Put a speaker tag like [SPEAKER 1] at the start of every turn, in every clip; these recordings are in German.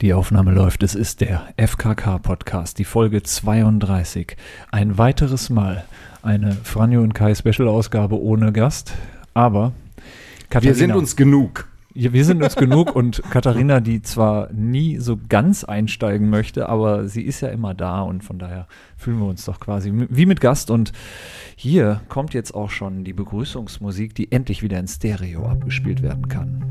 [SPEAKER 1] Die Aufnahme läuft. Es ist der FKK-Podcast, die Folge 32. Ein weiteres Mal eine Franjo und Kai Special-Ausgabe ohne Gast. Aber
[SPEAKER 2] Wir
[SPEAKER 1] genau.
[SPEAKER 2] sind uns genug.
[SPEAKER 1] ja, wir sind uns genug und Katharina, die zwar nie so ganz einsteigen möchte, aber sie ist ja immer da und von daher fühlen wir uns doch quasi mi- wie mit Gast. Und hier kommt jetzt auch schon die Begrüßungsmusik, die endlich wieder in Stereo abgespielt werden kann.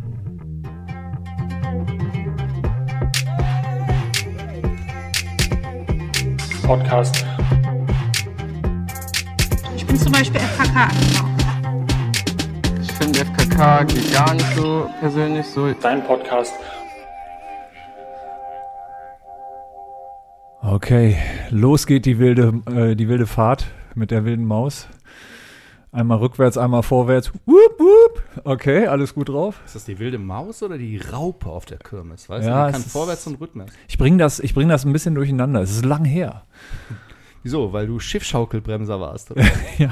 [SPEAKER 3] Podcast.
[SPEAKER 4] Ich bin zum Beispiel FKK.
[SPEAKER 5] Ich finde FKK geht gar nicht so persönlich so.
[SPEAKER 3] Dein Podcast.
[SPEAKER 1] Okay, los geht die wilde, äh, die wilde Fahrt mit der wilden Maus. Einmal rückwärts, einmal vorwärts. Wup, wup. Okay, alles gut drauf.
[SPEAKER 6] Ist das die wilde Maus oder die Raupe auf der Kirmes? Weißt
[SPEAKER 1] Ja,
[SPEAKER 6] du, man
[SPEAKER 1] es
[SPEAKER 6] kann
[SPEAKER 1] ist-
[SPEAKER 6] vorwärts und rückwärts.
[SPEAKER 1] Ich bringe das, ich bring das ein bisschen durcheinander. Es ist lang her.
[SPEAKER 6] Wieso? Weil du Schiffschaukelbremser warst. Oder?
[SPEAKER 1] ja,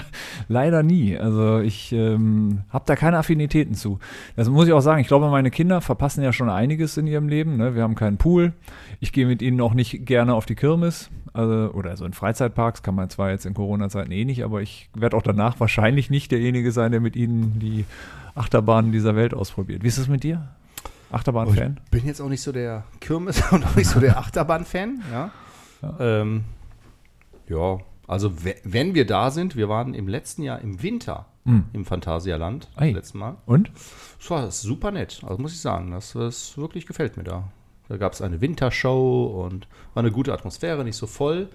[SPEAKER 1] leider nie. Also ich ähm, habe da keine Affinitäten zu. Das muss ich auch sagen. Ich glaube, meine Kinder verpassen ja schon einiges in ihrem Leben. Ne? Wir haben keinen Pool. Ich gehe mit ihnen auch nicht gerne auf die Kirmes. Also, oder so in Freizeitparks kann man zwar jetzt in Corona-Zeiten eh nicht, aber ich werde auch danach wahrscheinlich nicht derjenige sein, der mit ihnen die Achterbahnen dieser Welt ausprobiert. Wie ist es mit dir? Achterbahn-Fan?
[SPEAKER 6] bin jetzt auch nicht so der Kirmes und auch nicht so der Achterbahn-Fan. Ja. Ähm, ja, also we- wenn wir da sind, wir waren im letzten Jahr im Winter im Phantasialand,
[SPEAKER 1] Hm. Ei.
[SPEAKER 6] das letzte Mal.
[SPEAKER 1] Und?
[SPEAKER 6] Das war super nett, also muss ich sagen, das, das wirklich gefällt mir da. Da gab es eine Wintershow und war eine gute Atmosphäre, nicht so voll.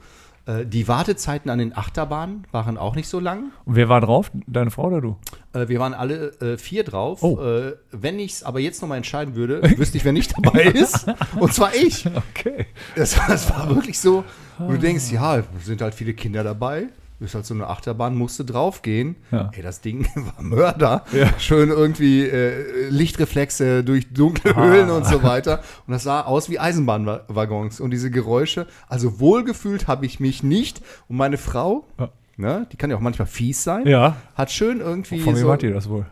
[SPEAKER 6] Äh, Die Wartezeiten an den Achterbahnen waren auch nicht so lang.
[SPEAKER 1] Und wer war drauf? Deine Frau oder du?
[SPEAKER 6] Äh, wir waren alle äh, vier drauf.
[SPEAKER 1] Oh.
[SPEAKER 6] Äh, wenn ich es aber jetzt nochmal entscheiden würde, wüsste ich, wer nicht dabei ist. Und zwar ich.
[SPEAKER 1] Okay.
[SPEAKER 6] Das, das war wirklich so, wo
[SPEAKER 1] Ah.
[SPEAKER 6] du denkst, ja, sind halt viele Kinder dabei. Ist halt so eine Achterbahn, musste draufgehen.
[SPEAKER 1] Ja.
[SPEAKER 6] Ey, das Ding war Mörder. Schön irgendwie äh, Lichtreflexe durch dunkle
[SPEAKER 1] Ah.
[SPEAKER 6] Höhlen und so weiter. Und das sah aus wie Eisenbahnwaggons. Und diese Geräusche, also wohlgefühlt habe ich mich nicht. Und meine Frau,
[SPEAKER 1] Ja.
[SPEAKER 6] ne, die kann ja auch manchmal fies sein,
[SPEAKER 1] Ja.
[SPEAKER 6] hat schön irgendwie.
[SPEAKER 1] Von wem
[SPEAKER 6] so,
[SPEAKER 1] wart ihr das wohl?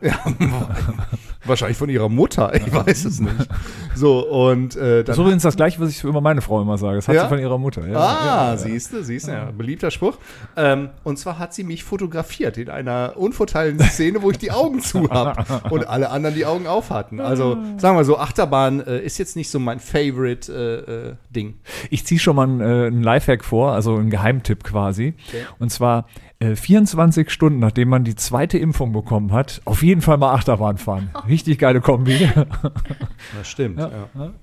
[SPEAKER 6] Wahrscheinlich von ihrer Mutter, ich weiß es nicht. So, und äh, dann.
[SPEAKER 1] Das ist übrigens das gleiche, was ich über meine Frau immer sage. Das hat
[SPEAKER 6] Ja?
[SPEAKER 1] sie von ihrer Mutter. Ja,
[SPEAKER 6] ah,
[SPEAKER 1] ja, ja.
[SPEAKER 6] siehst du, siehst du, ja, beliebter Spruch. Ähm, und zwar hat sie mich fotografiert in einer unvorteilenden Szene, wo ich die Augen zu habe und alle anderen die Augen auf hatten. Also, sagen wir so, Achterbahn äh, ist jetzt nicht so mein Favorite äh, äh, Ding.
[SPEAKER 1] Ich ziehe schon mal einen, äh, einen Lifehack vor, also einen Geheimtipp quasi. Und zwar äh, 24 Stunden, nachdem man die zweite Impfung bekommen hat, auf jeden Fall mal Achterbahn fahren. Richtig geile Kombi.
[SPEAKER 6] Das stimmt. Ja.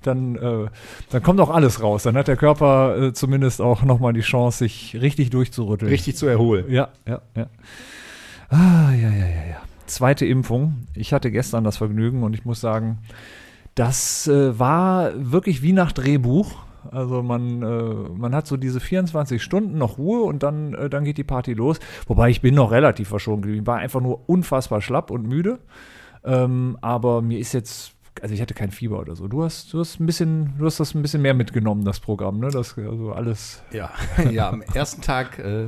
[SPEAKER 1] dann, äh, dann kommt auch alles raus. Dann hat der Körper äh, zumindest auch nochmal die Chance, sich richtig durchzurütteln.
[SPEAKER 6] Richtig zu erholen.
[SPEAKER 1] Ja, ja, ja. Ah, ja, ja, ja, ja. Zweite Impfung. Ich hatte gestern das Vergnügen und ich muss sagen, das äh, war wirklich wie nach Drehbuch. Also man, äh, man hat so diese 24 Stunden noch Ruhe und dann, äh, dann geht die Party los. Wobei ich bin noch relativ verschont geblieben. Ich war einfach nur unfassbar schlapp und müde. Ähm, aber mir ist jetzt, also ich hatte kein Fieber oder so. Du hast, du hast ein bisschen, du hast das ein bisschen mehr mitgenommen, das Programm, ne? Das, also alles.
[SPEAKER 6] Ja, ja am ersten Tag, äh,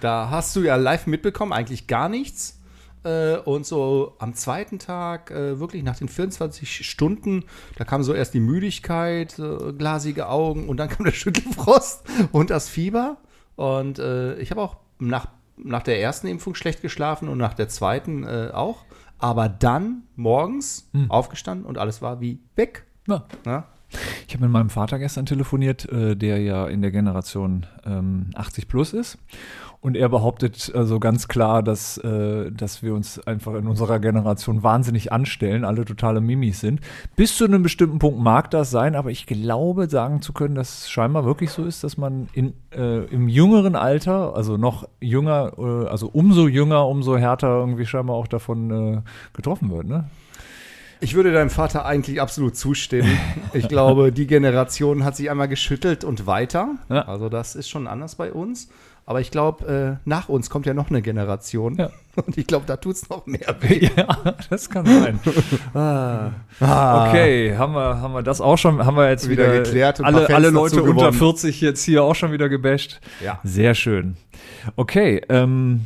[SPEAKER 6] da hast du ja live mitbekommen, eigentlich gar nichts. Äh, und so am zweiten Tag, äh, wirklich nach den 24 Stunden, da kam so erst die Müdigkeit, äh, glasige Augen und dann kam der Schüttelfrost und das Fieber. Und äh, ich habe auch nach, nach der ersten Impfung schlecht geschlafen und nach der zweiten äh, auch. Aber dann morgens aufgestanden und alles war wie weg.
[SPEAKER 1] Na,
[SPEAKER 6] Ne?
[SPEAKER 1] Ich habe mit meinem Vater gestern telefoniert, äh, der ja in der Generation ähm, 80 plus ist. Und er behauptet also ganz klar, dass, äh, dass wir uns einfach in unserer Generation wahnsinnig anstellen, alle totale Mimis sind. Bis zu einem bestimmten Punkt mag das sein, aber ich glaube, sagen zu können, dass es scheinbar wirklich so ist, dass man in, äh, im jüngeren Alter, also noch jünger, äh, also umso jünger, umso härter irgendwie scheinbar auch davon äh, getroffen wird. Ne?
[SPEAKER 6] Ich würde deinem Vater eigentlich absolut zustimmen. Ich glaube, die Generation hat sich einmal geschüttelt und weiter.
[SPEAKER 1] Ja.
[SPEAKER 6] Also das ist schon anders bei uns. Aber ich glaube, äh, nach uns kommt ja noch eine Generation.
[SPEAKER 1] Ja.
[SPEAKER 6] Und ich glaube, da tut es noch mehr weh.
[SPEAKER 1] Ja, das kann sein. ah. Okay, haben wir, haben wir das auch schon, haben wir jetzt wieder,
[SPEAKER 6] Wieder geklärt und ein paar
[SPEAKER 1] alle,
[SPEAKER 6] Fans
[SPEAKER 1] alle
[SPEAKER 6] dazu
[SPEAKER 1] Leute unter
[SPEAKER 6] gewonnen.
[SPEAKER 1] 40 jetzt hier auch schon wieder gebasht.
[SPEAKER 6] Ja.
[SPEAKER 1] Sehr schön. Okay, ähm,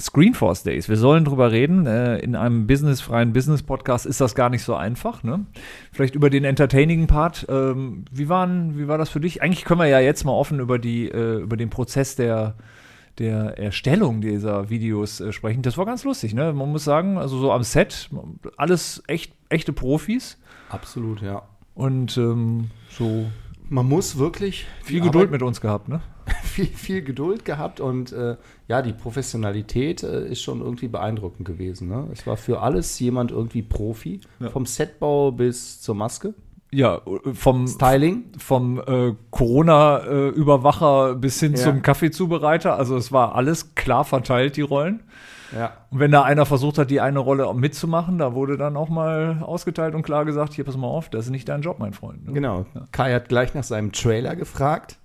[SPEAKER 1] Screenforce Days. Wir sollen drüber reden. Äh, in einem businessfreien Business-Podcast ist das gar nicht so einfach. Ne? Vielleicht über den entertaining Part. Ähm, wie, waren, wie war das für dich? Eigentlich können wir ja jetzt mal offen über, die, äh, über den Prozess der, der Erstellung dieser Videos äh, sprechen. Das war ganz lustig. Ne? Man muss sagen, also so am Set, alles echt, echte Profis.
[SPEAKER 6] Absolut, ja.
[SPEAKER 1] Und ähm, so
[SPEAKER 6] Man muss wirklich
[SPEAKER 1] viel Geduld mit uns gehabt. Ne?
[SPEAKER 6] viel, viel Geduld gehabt und äh, ja, die Professionalität äh, ist schon irgendwie beeindruckend gewesen. Ne? Es war für alles jemand irgendwie Profi, vom Setbau bis zur Maske,
[SPEAKER 1] Ja, äh, vom,
[SPEAKER 6] Styling.
[SPEAKER 1] vom äh, Corona-Überwacher bis hin
[SPEAKER 6] Ja.
[SPEAKER 1] zum Kaffeezubereiter. Also es war alles klar verteilt, die Rollen.
[SPEAKER 6] Ja.
[SPEAKER 1] Und wenn da einer versucht hat, die eine Rolle mitzumachen, da wurde dann auch mal ausgeteilt und klar gesagt, hier pass mal auf, das ist nicht dein Job, mein Freund. ne?
[SPEAKER 6] Genau. Kai hat gleich nach seinem Trailer gefragt.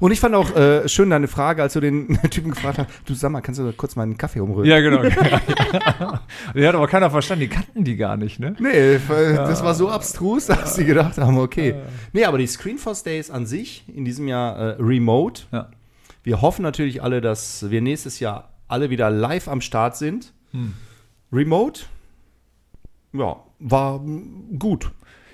[SPEAKER 6] Und ich fand auch äh, schön deine Frage, als du den Typen gefragt hast, du sag mal, kannst du kurz mal einen Kaffee umrühren?
[SPEAKER 1] Ja, genau. die hat aber keiner verstanden, die kannten die gar nicht, ne?
[SPEAKER 6] Nee, äh, das war so abstrus, dass sie gedacht haben, okay. Nee, aber die Screenforce Days an sich, in diesem Jahr äh, remote.
[SPEAKER 1] Ja.
[SPEAKER 6] Wir hoffen natürlich alle, dass wir nächstes Jahr alle wieder live am Start sind.
[SPEAKER 1] Hm.
[SPEAKER 6] Remote, ja, war mm, gut.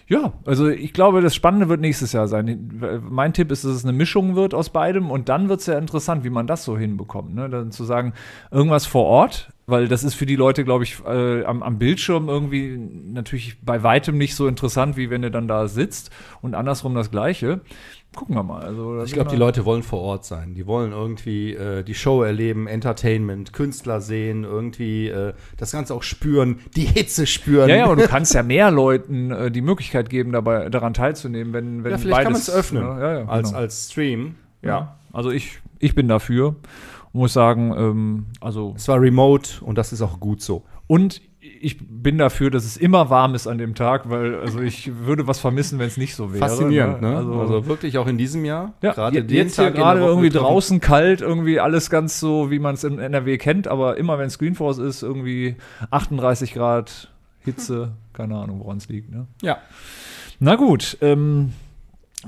[SPEAKER 1] Ja, also ich glaube, das Spannende wird nächstes Jahr sein. Mein Tipp ist, dass es eine Mischung wird aus beidem und dann wird es ja interessant, wie man das so hinbekommt. Ne? Dann zu sagen, irgendwas vor Ort, weil das ist für die Leute, glaube ich, äh, am, am Bildschirm irgendwie natürlich bei weitem nicht so interessant, wie wenn du dann da sitzt und andersrum das Gleiche. Gucken wir mal. Also, da
[SPEAKER 6] Ich
[SPEAKER 1] sind
[SPEAKER 6] glaube, die
[SPEAKER 1] wir-
[SPEAKER 6] Leute wollen vor Ort sein. Die wollen irgendwie äh, die Show erleben, Entertainment, Künstler sehen, irgendwie äh, das Ganze auch spüren, die Hitze spüren.
[SPEAKER 1] Ja, ja, und du kannst ja mehr Leuten äh, die Möglichkeit geben, dabei daran teilzunehmen, wenn, wenn
[SPEAKER 6] Ja, vielleicht kann man
[SPEAKER 1] beides-
[SPEAKER 6] es öffnen Also,
[SPEAKER 1] Ja, ja, ja,
[SPEAKER 6] als,
[SPEAKER 1] genau.
[SPEAKER 6] als Stream.
[SPEAKER 1] ja. Also ich, ich bin dafür. Muss sagen, ähm, also
[SPEAKER 6] Es war remote und das ist auch gut so.
[SPEAKER 1] Und ich bin dafür, dass es immer warm ist an dem Tag, weil also ich würde was vermissen, wenn es nicht so wäre.
[SPEAKER 6] Faszinierend, ne?
[SPEAKER 1] Also,
[SPEAKER 6] wirklich auch in diesem Jahr.
[SPEAKER 1] ja,
[SPEAKER 6] gerade
[SPEAKER 1] je-
[SPEAKER 6] den
[SPEAKER 1] jetzt
[SPEAKER 6] Tag
[SPEAKER 1] hier
[SPEAKER 6] in der
[SPEAKER 1] gerade
[SPEAKER 6] Woche
[SPEAKER 1] irgendwie
[SPEAKER 6] getroffen.
[SPEAKER 1] draußen kalt, irgendwie alles ganz so, wie man es in NRW kennt, aber immer wenn Screenforce ist, irgendwie 38 Grad Hitze, keine Ahnung, woran es liegt. Ne?
[SPEAKER 6] Ja.
[SPEAKER 1] Na gut, ähm,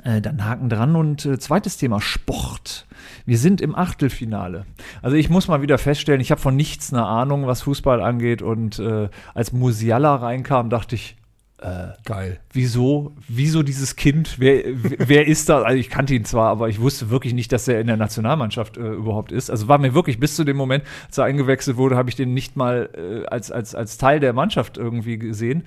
[SPEAKER 1] äh, dann Haken dran und äh, zweites Thema Sport. Wir sind im Achtelfinale. Also ich muss mal wieder feststellen, ich habe von nichts eine Ahnung, was Fußball angeht und äh, als Musiala reinkam, dachte ich,
[SPEAKER 6] Geil.
[SPEAKER 1] wieso, wieso dieses Kind, wer, wer ist das? Also ich kannte ihn zwar, aber ich wusste wirklich nicht, dass er in der Nationalmannschaft äh, überhaupt ist. Also war mir wirklich bis zu dem Moment, als er eingewechselt wurde, habe ich den nicht mal äh, als, als, als Teil der Mannschaft irgendwie gesehen.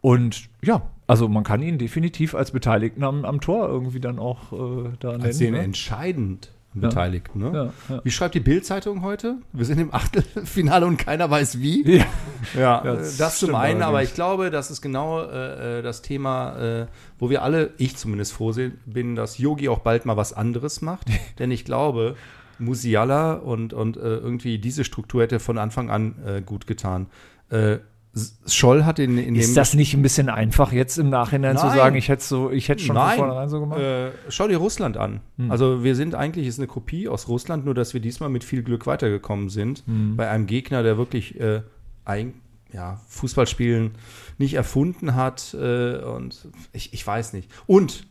[SPEAKER 1] Und ja, also man kann ihn definitiv als Beteiligten am, am Tor irgendwie dann auch äh, da nennen.
[SPEAKER 6] Als den
[SPEAKER 1] ne?
[SPEAKER 6] entscheidend Beteiligten. Ne?
[SPEAKER 1] Ja, ja.
[SPEAKER 6] Wie schreibt die Bild-Zeitung heute? Wir sind im Achtelfinale und keiner weiß wie.
[SPEAKER 1] Ja.
[SPEAKER 6] Ja,
[SPEAKER 1] Ja,
[SPEAKER 6] äh,
[SPEAKER 1] das
[SPEAKER 6] das zum
[SPEAKER 1] stimmt
[SPEAKER 6] einen, aber
[SPEAKER 1] allerdings.
[SPEAKER 6] ich glaube, das ist genau äh, äh, das Thema, äh, wo wir alle, ich zumindest froh se- bin, dass Yogi auch bald mal was anderes macht. Denn ich glaube, Musiala und, und äh, irgendwie diese Struktur hätte von Anfang an äh, gut getan. Äh, S- Scholl hat in, in dem
[SPEAKER 1] Ist das nicht ein bisschen einfach, jetzt im Nachhinein zu
[SPEAKER 6] Nein.
[SPEAKER 1] sagen, ich hätte so, ich hätte schon
[SPEAKER 6] Nein.
[SPEAKER 1] von vornherein so gemacht? Hm.
[SPEAKER 6] Äh, schau dir Russland an. Also wir sind eigentlich ist eine Kopie aus Russland, nur dass wir diesmal mit viel Glück weitergekommen sind
[SPEAKER 1] Hm.
[SPEAKER 6] bei einem Gegner, der wirklich äh, ein, ja, Fußballspielen nicht erfunden hat äh, und ich, ich weiß nicht. Und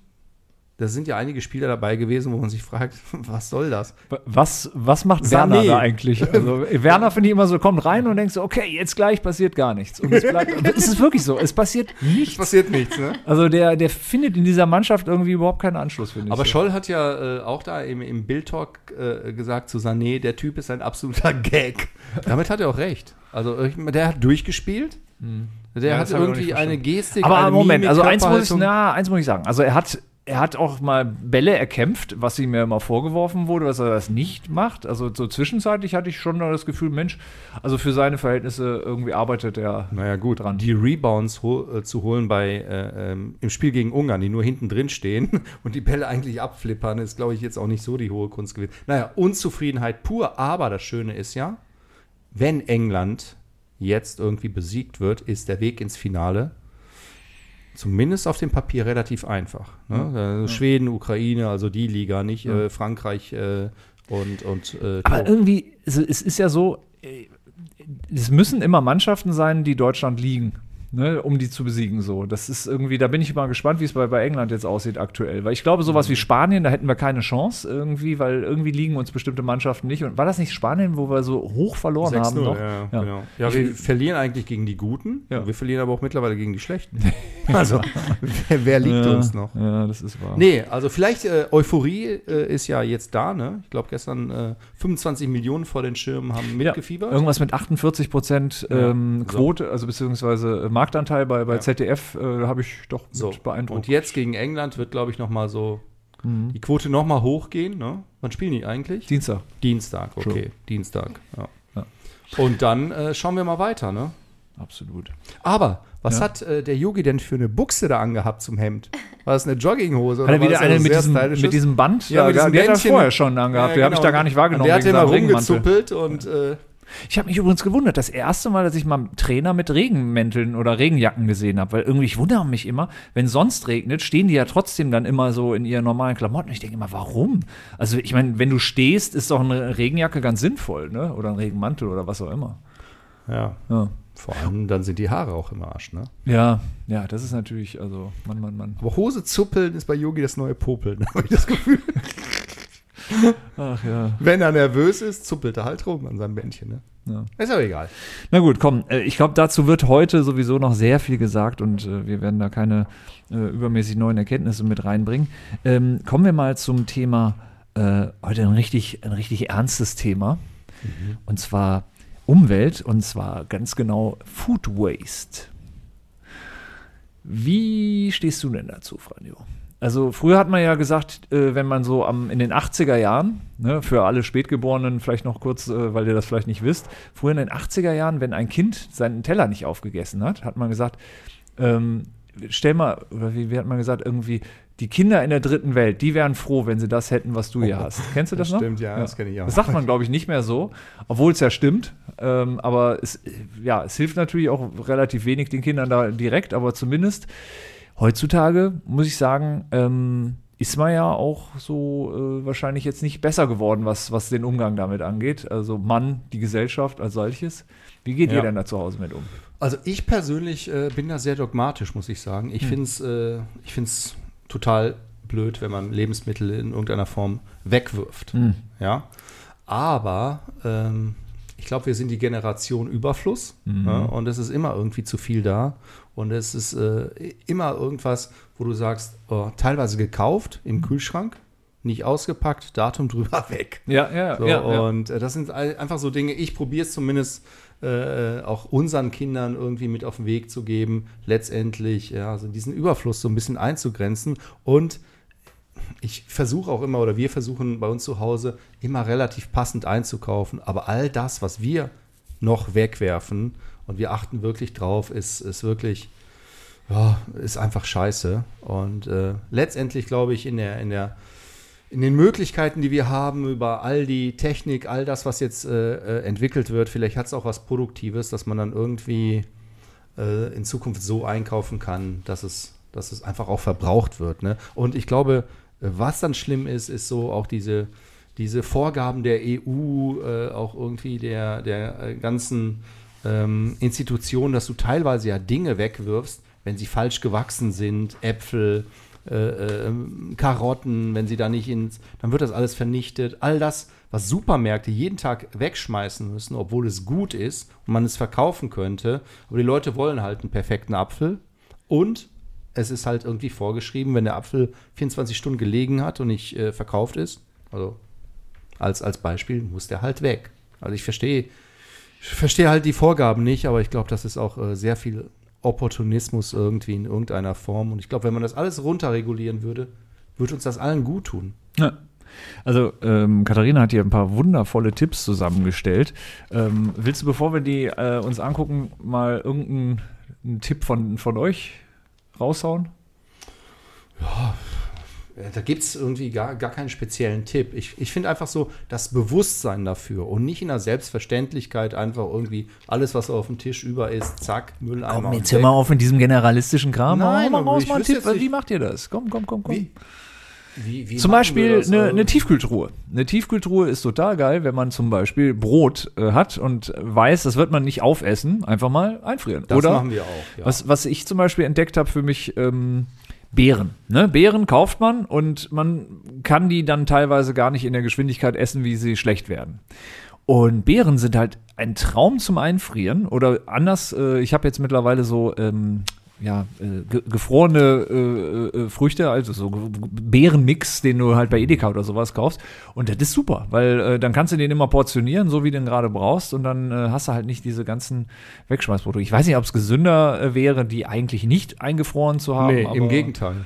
[SPEAKER 6] da sind ja einige Spieler dabei gewesen, wo man sich fragt, was soll das?
[SPEAKER 1] Was, was macht
[SPEAKER 6] Sané.
[SPEAKER 1] Werner da eigentlich? Also, Werner finde ich immer so, kommt rein und denkst so, okay, jetzt gleich passiert gar nichts. Und es bleibt, und es ist wirklich so, es passiert nichts.
[SPEAKER 6] Passiert nichts, ne?
[SPEAKER 1] Also der, der findet in dieser Mannschaft irgendwie überhaupt keinen Anschluss, finde ich.
[SPEAKER 6] Aber
[SPEAKER 1] so.
[SPEAKER 6] Scholl hat ja äh, auch da im, im Bild-Talk äh, gesagt zu Sané, der Typ ist ein absoluter Gag. Damit hat er auch recht. Also ich, der hat durchgespielt. Der
[SPEAKER 1] Hm. Ja,
[SPEAKER 6] hat
[SPEAKER 1] das hab ich auch
[SPEAKER 6] irgendwie
[SPEAKER 1] nicht
[SPEAKER 6] eine Gestik.
[SPEAKER 1] Aber
[SPEAKER 6] eine
[SPEAKER 1] Moment, also eins muss, ich,
[SPEAKER 6] Körperhaltung.
[SPEAKER 1] na, eins muss ich sagen. Also er hat, er hat auch mal Bälle erkämpft, was ihm ja immer vorgeworfen wurde, dass er das nicht macht. Also so zwischenzeitlich hatte ich schon das Gefühl, Mensch, also für seine Verhältnisse irgendwie arbeitet er.
[SPEAKER 6] Naja, gut.
[SPEAKER 1] dran.
[SPEAKER 6] Die Rebounds ho äh, zu holen bei äh, ähm, im Spiel gegen Ungarn, die nur hinten drin stehen und die Bälle eigentlich abflippern, ist, glaube ich, jetzt auch nicht so die hohe Kunst gewesen. Naja, Unzufriedenheit pur, aber das Schöne ist ja, wenn England jetzt irgendwie besiegt wird, ist der Weg ins Finale zumindest auf dem Papier relativ einfach. Ne? Äh, Schweden, Ukraine, also die Liga, nicht äh, Frankreich äh, und, und äh,
[SPEAKER 1] Aber
[SPEAKER 6] Togo.
[SPEAKER 1] irgendwie, also es ist ja so, äh, es müssen immer Mannschaften sein, die Deutschland liegen. ne, um die zu besiegen. So, das ist irgendwie, da bin ich mal gespannt, wie es bei, bei England jetzt aussieht aktuell. Weil ich glaube,
[SPEAKER 6] Mhm.
[SPEAKER 1] sowas wie Spanien, da hätten wir keine Chance irgendwie, weil irgendwie liegen uns bestimmte Mannschaften nicht. Und war das nicht Spanien, wo wir so hoch verloren haben? Noch?
[SPEAKER 6] Ja, Genau. ja, wir verlieren eigentlich gegen die Guten,
[SPEAKER 1] Ja.
[SPEAKER 6] wir verlieren aber auch mittlerweile gegen die Schlechten.
[SPEAKER 2] Also,
[SPEAKER 6] wer, wer liegt
[SPEAKER 1] ja,
[SPEAKER 6] uns noch?
[SPEAKER 1] Ja, das ist wahr.
[SPEAKER 6] Nee, also vielleicht äh, Euphorie äh, ist ja jetzt da, ne? Ich glaube, gestern äh, 25 Millionen vor den Schirmen haben
[SPEAKER 1] Ja,
[SPEAKER 6] mitgefiebert.
[SPEAKER 1] Irgendwas mit 48 Prozent ähm,
[SPEAKER 6] so.
[SPEAKER 1] Quote, also beziehungsweise äh, Marktanteil bei, bei
[SPEAKER 6] Ja.
[SPEAKER 1] ZDF äh, habe ich doch mit
[SPEAKER 6] so.
[SPEAKER 1] beeindruckt.
[SPEAKER 6] Und jetzt gegen England wird, glaube ich, nochmal so
[SPEAKER 1] Mhm.
[SPEAKER 6] die Quote nochmal hochgehen, ne? Wann spielen die eigentlich?
[SPEAKER 1] Dienstag.
[SPEAKER 6] Dienstag, okay.
[SPEAKER 1] Sure.
[SPEAKER 6] Dienstag, ja.
[SPEAKER 1] Ja.
[SPEAKER 6] Und dann äh, schauen wir mal weiter, ne?
[SPEAKER 1] Absolut.
[SPEAKER 6] Aber, was
[SPEAKER 1] Ja.
[SPEAKER 6] hat äh, der Yogi denn für eine Buchse da angehabt zum Hemd? War das eine Jogginghose?
[SPEAKER 1] Hat er
[SPEAKER 6] war
[SPEAKER 1] wieder
[SPEAKER 6] das
[SPEAKER 1] eine
[SPEAKER 6] was
[SPEAKER 1] mit
[SPEAKER 6] sehr
[SPEAKER 1] diesem,
[SPEAKER 6] Stylisches?
[SPEAKER 1] mit diesem Band?
[SPEAKER 6] Ja,
[SPEAKER 1] da,
[SPEAKER 6] mit diesem
[SPEAKER 1] der hat er
[SPEAKER 6] Bändchen.
[SPEAKER 1] vorher schon angehabt.
[SPEAKER 6] Ja,
[SPEAKER 1] den habe ich
[SPEAKER 6] genau.
[SPEAKER 1] da gar nicht wahrgenommen.
[SPEAKER 6] Der hat
[SPEAKER 1] wegen
[SPEAKER 6] immer
[SPEAKER 1] seinem Regenmantel.
[SPEAKER 6] rumgezuppelt und äh,
[SPEAKER 1] Ich habe mich übrigens gewundert, das erste Mal, dass ich mal einen Trainer mit Regenmänteln oder Regenjacken gesehen habe, weil irgendwie, ich wundere mich immer, wenn sonst regnet, stehen die ja trotzdem dann immer so in ihren normalen Klamotten. Ich denke immer, warum? Also ich meine, wenn du stehst, ist doch eine Regenjacke ganz sinnvoll, ne? Oder ein Regenmantel oder was auch immer.
[SPEAKER 6] ja.
[SPEAKER 1] Ja,
[SPEAKER 6] Vor allem dann sind die Haare auch im Arsch, ne?
[SPEAKER 1] ja, ja das ist natürlich, also, Mann, Mann, Mann.
[SPEAKER 6] Aber Hose zuppeln ist bei Yogi das neue Popeln, habe ich das Gefühl.
[SPEAKER 1] Ach ja.
[SPEAKER 6] Wenn er nervös ist, zuppelt er halt rum an seinem Bändchen, ne?
[SPEAKER 1] Ja.
[SPEAKER 6] Ist aber egal.
[SPEAKER 1] Na gut, komm. äh, Ich glaube, dazu wird heute sowieso noch sehr viel gesagt und äh, wir werden da keine äh, übermäßig neuen Erkenntnisse mit reinbringen. Ähm, kommen wir mal zum Thema, äh, heute ein richtig, ein richtig ernstes Thema. Und zwar Umwelt und zwar ganz genau Food Waste. Wie stehst du denn dazu, Franjo? Also früher hat man ja gesagt, äh, wenn man so am, in den 80er Jahren, ne, für alle Spätgeborenen vielleicht noch kurz, äh, weil ihr das vielleicht nicht wisst, früher in den 80er Jahren, wenn ein Kind seinen Teller nicht aufgegessen hat, hat man gesagt, ähm, stell mal, oder wie, wie hat man gesagt, irgendwie, die Kinder in der dritten Welt, die wären froh, wenn sie das hätten, was du hier hast. Kennst du das,
[SPEAKER 6] Oh, das
[SPEAKER 1] noch?
[SPEAKER 6] stimmt, ja, das kenn ich auch.
[SPEAKER 1] Das sagt man, glaube ich, nicht mehr so, obwohl es ja stimmt. Ähm, aber es, äh, ja, es hilft natürlich auch relativ wenig den Kindern da direkt, aber zumindest heutzutage muss ich sagen, ähm, ist man ja auch so äh, wahrscheinlich jetzt nicht besser geworden, was, was den Umgang damit angeht. Also Mann, die Gesellschaft als solches. Wie geht ihr
[SPEAKER 6] Ja.
[SPEAKER 1] denn da zu Hause mit um?
[SPEAKER 6] Also ich persönlich äh, bin da sehr dogmatisch, muss ich sagen.
[SPEAKER 1] Hm.
[SPEAKER 6] Ich finde es äh, ich find's total blöd, wenn man Lebensmittel in irgendeiner Form wegwirft. Ja. Aber ähm, ich glaube, wir sind die Generation Überfluss ja, und es ist immer irgendwie zu viel da. Und es ist äh, immer irgendwas, wo du sagst, oh, teilweise gekauft im Kühlschrank, nicht ausgepackt, Datum drüber weg.
[SPEAKER 1] Ja, ja,
[SPEAKER 6] So, und äh, das sind all- einfach so Dinge, ich probiere es zumindest äh, auch unseren Kindern irgendwie mit auf den Weg zu geben, letztendlich ja, also diesen Überfluss so ein bisschen einzugrenzen. Und ich versuche auch immer, oder wir versuchen bei uns zu Hause immer relativ passend einzukaufen, aber all das, was wir noch wegwerfen und wir achten wirklich drauf, ist, ist wirklich ja, ist einfach scheiße. Und äh, letztendlich glaube ich, in der, in der in den Möglichkeiten, die wir haben, über all die Technik, all das, was jetzt äh, äh, entwickelt wird, vielleicht hat es auch was Produktives, dass man dann irgendwie äh, in Zukunft so einkaufen kann, dass es, dass es einfach auch verbraucht wird. Ne? Und ich glaube, äh, was dann schlimm ist, ist so auch diese, diese Vorgaben der EU, äh, auch irgendwie der, der äh, ganzen ähm, Institution, dass du teilweise ja Dinge wegwirfst, wenn sie falsch gewachsen sind, Äpfel, äh, ähm, Karotten, wenn sie da nicht ins, dann wird das alles vernichtet. All das, was Supermärkte jeden Tag wegschmeißen müssen, obwohl es gut ist und man es verkaufen könnte. Aber die Leute wollen halt einen perfekten Apfel und es ist halt irgendwie vorgeschrieben, wenn der Apfel 24 Stunden gelegen hat und nicht äh, verkauft ist, also als, als Beispiel, muss der halt weg. Also ich verstehe, ich verstehe halt die Vorgaben nicht, aber ich glaube, das ist auch äh, sehr viel Opportunismus irgendwie in irgendeiner Form. Und ich glaube, wenn man das alles runterregulieren würde, würde uns das allen gut tun.
[SPEAKER 1] Ja. Also ähm, Katharina hat hier ein paar wundervolle Tipps zusammengestellt. Ähm, willst du, bevor wir die äh, uns angucken, mal irgendeinen einen Tipp von, von euch raushauen?
[SPEAKER 6] Äh, Da gibt es irgendwie gar, gar keinen speziellen Tipp. Ich, ich finde einfach so das Bewusstsein dafür und nicht in der Selbstverständlichkeit einfach irgendwie alles, was auf dem Tisch über ist, zack, Mülleimer. und weg.
[SPEAKER 1] auf mit diesem generalistischen Kram.
[SPEAKER 6] Nein,
[SPEAKER 1] Nein, mal
[SPEAKER 6] aber
[SPEAKER 1] raus,
[SPEAKER 6] ich
[SPEAKER 1] mal einen
[SPEAKER 6] wüsste
[SPEAKER 1] Tipp.
[SPEAKER 6] jetzt nicht-
[SPEAKER 1] Wie macht ihr das? Komm, komm, komm, komm.
[SPEAKER 6] Wie? Wie, wie
[SPEAKER 1] Zum
[SPEAKER 6] machen wir
[SPEAKER 1] Beispiel
[SPEAKER 6] das?
[SPEAKER 1] eine,
[SPEAKER 6] Also,
[SPEAKER 1] eine Tiefkühltruhe. Eine Tiefkühltruhe ist total geil, wenn man zum Beispiel Brot äh, hat und weiß, das wird man nicht aufessen, einfach mal einfrieren.
[SPEAKER 6] Das
[SPEAKER 1] Oder
[SPEAKER 6] machen wir auch. Ja.
[SPEAKER 1] was, was ich zum Beispiel entdeckt habe für mich, ähm, Beeren. Ne? Beeren kauft man und man kann die dann teilweise gar nicht in der Geschwindigkeit essen, wie sie schlecht werden. Und Beeren sind halt ein Traum zum Einfrieren oder anders. Äh, ich habe jetzt mittlerweile so ähm, ja, äh, ge gefrorene äh, äh, Früchte, also so ge- ge- Beerenmix, den du halt bei Edeka oder sowas kaufst. Und das ist super, weil äh, dann kannst du den immer portionieren, so wie du den gerade brauchst. Und dann äh, hast du halt nicht diese ganzen Wegschmeißprodukte. Ich weiß nicht, ob es gesünder äh, wäre, die eigentlich nicht eingefroren zu haben.
[SPEAKER 6] Nee,
[SPEAKER 1] aber-
[SPEAKER 6] im Gegenteil.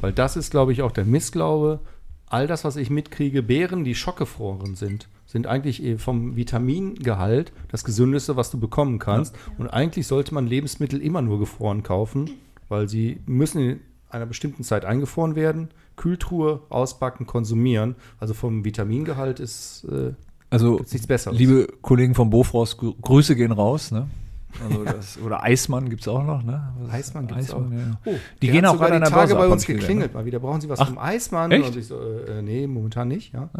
[SPEAKER 6] Weil das ist, glaube ich, auch der Missglaube. All das, was ich mitkriege, Beeren, die schockgefroren sind, sind eigentlich eh vom Vitamingehalt das gesündeste, was du bekommen kannst. Und eigentlich sollte man Lebensmittel immer nur gefroren kaufen, weil sie müssen in einer bestimmten Zeit eingefroren werden, Kühltruhe, ausbacken, konsumieren. Also vom Vitamingehalt ist äh,
[SPEAKER 1] Also,
[SPEAKER 6] gibt's nichts Besseres.
[SPEAKER 1] liebe Kollegen vom Bofrost, grü- Grüße gehen raus. Ne? Also das, oder Eismann gibt es auch noch. Ne? Was-
[SPEAKER 6] Eismann gibt's auch.
[SPEAKER 1] ja.
[SPEAKER 6] Oh,
[SPEAKER 1] Die
[SPEAKER 6] der
[SPEAKER 1] gehen
[SPEAKER 6] hat
[SPEAKER 1] auch
[SPEAKER 6] sogar
[SPEAKER 1] gerade
[SPEAKER 6] die
[SPEAKER 1] an der Börse
[SPEAKER 6] Tage bei
[SPEAKER 1] ab,
[SPEAKER 6] uns
[SPEAKER 1] hab ich
[SPEAKER 6] geklingelt. Mal wieder brauchen Sie was vom Eismann.
[SPEAKER 1] echt? Ah.
[SPEAKER 6] Und ich so, äh, äh, nee, momentan nicht. Ja.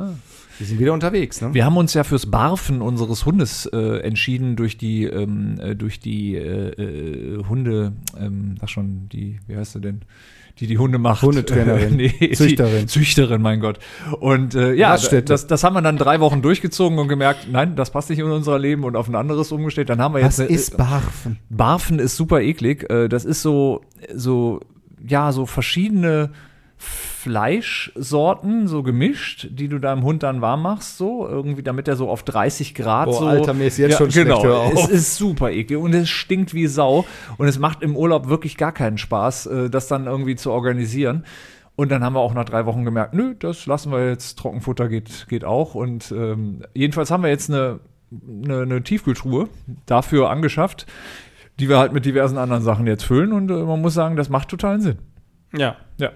[SPEAKER 6] Wir sind wieder unterwegs. Ne?
[SPEAKER 1] Wir haben uns ja fürs Barfen unseres Hundes äh, entschieden durch die ähm, äh, durch die äh, äh, Hunde, ähm, ach schon, die, wie heißt sie denn? Die die Hunde macht.
[SPEAKER 2] Hundetrainerin.
[SPEAKER 1] nee, Züchterin. Die,
[SPEAKER 2] Züchterin.
[SPEAKER 1] Züchterin, mein Gott. Und äh, ja,
[SPEAKER 2] Raststätte.
[SPEAKER 1] das, das haben wir dann drei Wochen durchgezogen und gemerkt, nein, das passt nicht in unser Leben und auf ein anderes umgestellt. Dann haben wir jetzt äh, eine-
[SPEAKER 2] Barfen?
[SPEAKER 1] Barfen ist super eklig. Äh, Das ist so, so, ja, so verschiedene Fleischsorten so gemischt, die du deinem Hund dann warm machst, so irgendwie, damit er so auf 30 Grad
[SPEAKER 6] Boah,
[SPEAKER 1] so.
[SPEAKER 6] Oh, Alter, mir ist jetzt schon schlecht,
[SPEAKER 1] genau.
[SPEAKER 6] hör auf.
[SPEAKER 1] Es ist super eklig und es stinkt wie Sau und es macht im Urlaub wirklich gar keinen Spaß, äh, das dann irgendwie zu organisieren. Und dann haben wir auch nach drei Wochen gemerkt, nö, das lassen wir jetzt. Trockenfutter geht, geht auch. Und ähm, jedenfalls haben wir jetzt eine, eine, eine Tiefkühltruhe dafür angeschafft, die wir halt mit diversen anderen Sachen jetzt füllen. Und äh, man muss sagen, das macht totalen Sinn.
[SPEAKER 6] Ja.
[SPEAKER 1] Ja.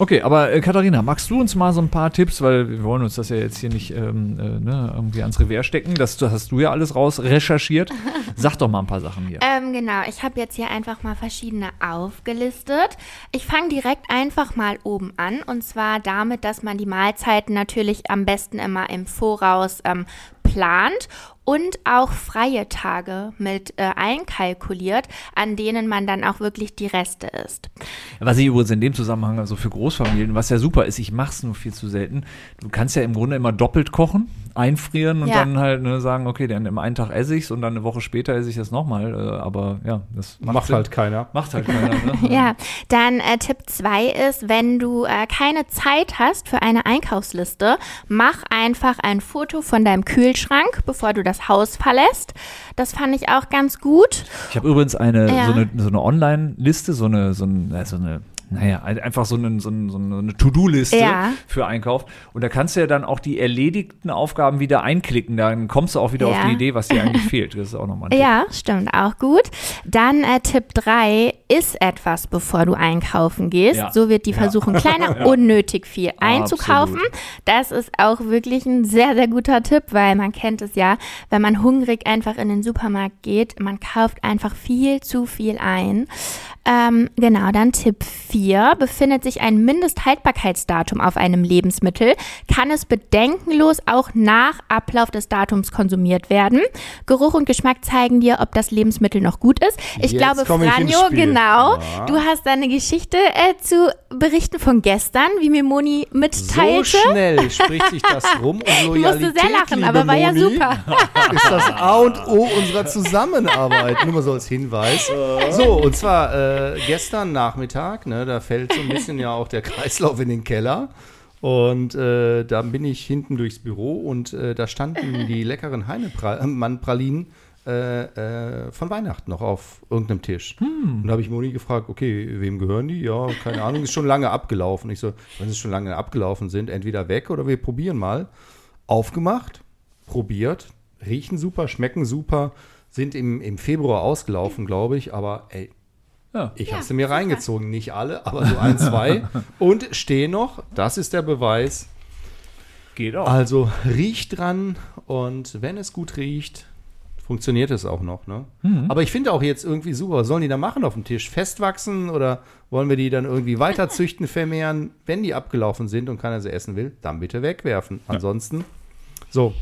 [SPEAKER 1] Okay, aber äh, Katharina, magst du uns mal so ein paar Tipps, weil wir wollen uns das ja jetzt hier nicht ähm, äh, ne, irgendwie ans Revier stecken. Das, das hast du ja alles raus recherchiert. Sag doch mal ein paar Sachen hier.
[SPEAKER 7] Ähm, genau, ich habe jetzt hier einfach mal verschiedene aufgelistet. Ich fange direkt einfach mal oben an und zwar damit, dass man die Mahlzeiten natürlich am besten immer im Voraus ähm, plant und auch freie Tage mit äh, einkalkuliert, an denen man dann auch wirklich die Reste isst.
[SPEAKER 1] Was ich übrigens in dem Zusammenhang, also für Großfamilien, was ja super ist, ich mache es nur viel zu selten. Du kannst ja im Grunde immer doppelt kochen, einfrieren und
[SPEAKER 7] Ja.
[SPEAKER 1] dann halt ne, sagen, okay, dann im einen Tag esse ich es und dann eine Woche später esse ich es nochmal. Äh, aber ja, das
[SPEAKER 6] Macht,
[SPEAKER 1] Sinn.
[SPEAKER 6] halt keiner.
[SPEAKER 1] Macht halt keiner. Ne?
[SPEAKER 7] Ja, dann äh, Tipp 2 ist, wenn du äh, keine Zeit hast für eine Einkaufsliste, mach einfach ein Foto von deinem Kühlschrank, bevor du das Haus verlässt. Das fand ich auch ganz gut.
[SPEAKER 1] Ich habe übrigens eine,
[SPEAKER 7] Ja.
[SPEAKER 1] so eine, so eine Online-Liste, so eine, so, ein, äh, so eine, naja, ein- einfach so eine, so eine, so eine To-Do-Liste
[SPEAKER 7] Ja.
[SPEAKER 1] für Einkauf. Und da kannst du ja dann auch die erledigten Aufgaben wieder einklicken. Dann kommst du auch wieder auf
[SPEAKER 7] Ja.
[SPEAKER 1] die Idee, was dir eigentlich fehlt. Das ist auch nochmal ein Tipp.
[SPEAKER 7] Ja, stimmt, auch gut. Dann äh, Tipp 3, iss etwas, bevor du einkaufen gehst.
[SPEAKER 1] Ja.
[SPEAKER 7] So wird die
[SPEAKER 1] Ja.
[SPEAKER 7] Versuchung kleiner, unnötig viel einzukaufen.
[SPEAKER 1] Absolut.
[SPEAKER 7] Das ist auch wirklich ein sehr, sehr guter Tipp, weil man kennt es ja, wenn man hungrig einfach in den Supermarkt geht, man kauft einfach viel zu viel ein. Ähm, genau, dann Tipp 4. Befindet sich ein Mindesthaltbarkeitsdatum auf einem Lebensmittel, kann es bedenkenlos auch nach Ablauf des Datums konsumiert werden. Geruch und Geschmack zeigen dir, ob das Lebensmittel noch gut ist. Ich
[SPEAKER 2] Jetzt
[SPEAKER 7] glaube,
[SPEAKER 2] komme ich ins
[SPEAKER 7] Franjo,
[SPEAKER 2] Spiel.
[SPEAKER 7] genau, du hast deine Geschichte äh, zu berichten von gestern, wie mir Moni
[SPEAKER 6] So
[SPEAKER 7] mitteilte.
[SPEAKER 6] schnell spricht sich das rum und
[SPEAKER 7] ich
[SPEAKER 6] Loyalität,
[SPEAKER 7] musste sehr lachen, aber
[SPEAKER 6] liebe
[SPEAKER 7] war ja
[SPEAKER 6] Moni,
[SPEAKER 7] super.
[SPEAKER 6] Ist das A und O unserer Zusammenarbeit, nur mal so als Hinweis. So, und zwar äh, gestern Nachmittag, ne, da fällt so ein bisschen ja auch der Kreislauf in den Keller. Und äh, da bin ich hinten durchs Büro und äh, da standen die leckeren Heinemann-Pralinen äh, äh, von Weihnachten noch auf irgendeinem Tisch. Und da habe ich Moni gefragt, okay, wem gehören die? Ja, keine Ahnung, ist schon lange abgelaufen. Ich so, wenn sie schon lange abgelaufen sind, entweder weg oder wir probieren mal. Aufgemacht, probiert, riechen super, schmecken super, sind im, im Februar ausgelaufen, glaube ich, aber ey,
[SPEAKER 1] Ja.
[SPEAKER 6] ich habe sie mir reingezogen, nicht alle, aber so ein, zwei und stehen noch, das ist der Beweis.
[SPEAKER 1] Geht auch.
[SPEAKER 6] Also riecht dran und wenn es gut riecht, funktioniert es auch noch. Ne? Aber ich finde auch jetzt irgendwie super, was sollen die da machen auf dem Tisch? Festwachsen oder wollen wir die dann irgendwie weiter züchten, vermehren? Wenn die abgelaufen sind und keiner sie essen will, dann bitte wegwerfen. Ansonsten, so,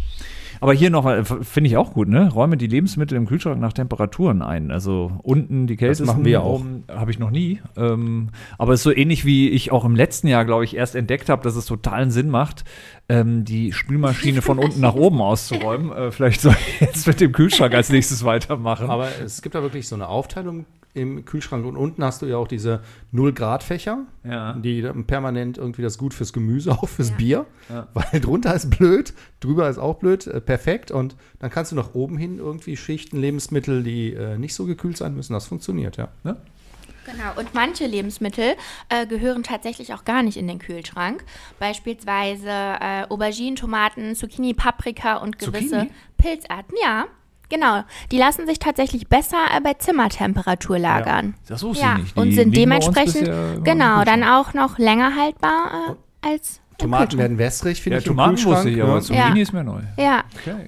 [SPEAKER 1] Aber hier nochmal, f- finde ich auch gut, ne? Räume die Lebensmittel im Kühlschrank nach Temperaturen ein. Also unten die Kälte.
[SPEAKER 6] machen wir ja auch.
[SPEAKER 1] Habe ich noch nie. Ähm, aber es ist so ähnlich, wie ich auch im letzten Jahr, glaube ich, erst entdeckt habe, dass es totalen Sinn macht, ähm, die Spülmaschine von unten nach oben auszuräumen. Äh, vielleicht soll ich jetzt mit dem Kühlschrank als nächstes weitermachen.
[SPEAKER 6] Aber es gibt da wirklich so eine Aufteilung im Kühlschrank und unten hast du ja auch diese 0-Grad-Fächer,
[SPEAKER 1] Ja.
[SPEAKER 6] die dann permanent irgendwie das ist gut fürs Gemüse, auch fürs Bier, weil drunter ist blöd, drüber ist auch blöd, äh, perfekt und dann kannst du nach oben hin irgendwie Schichten, Lebensmittel, die äh, nicht so gekühlt sein müssen, das funktioniert, ja.
[SPEAKER 7] Genau, und manche Lebensmittel äh, gehören tatsächlich auch gar nicht in den Kühlschrank. Beispielsweise äh, Auberginen, Tomaten, Zucchini, Paprika und gewisse
[SPEAKER 6] Zucchini?
[SPEAKER 7] Pilzarten. Ja, genau. Die lassen sich tatsächlich besser äh, bei Zimmertemperatur lagern.
[SPEAKER 1] Das wusste
[SPEAKER 7] Ja,
[SPEAKER 1] ich nicht. Die
[SPEAKER 7] und sind
[SPEAKER 1] liegen bei uns
[SPEAKER 7] dementsprechend,
[SPEAKER 1] bisher immer
[SPEAKER 7] genau,
[SPEAKER 1] im
[SPEAKER 7] dann auch noch länger haltbar äh, als im
[SPEAKER 6] Tomaten
[SPEAKER 7] Kühlschrank.
[SPEAKER 6] werden wässrig, finde
[SPEAKER 1] Ja,
[SPEAKER 6] ich, im
[SPEAKER 1] Tomaten wusste ich,
[SPEAKER 6] Kühlschrank,
[SPEAKER 1] aber
[SPEAKER 6] ne?
[SPEAKER 1] Zucchini
[SPEAKER 7] Ja.
[SPEAKER 1] ist mir neu.
[SPEAKER 7] Ja,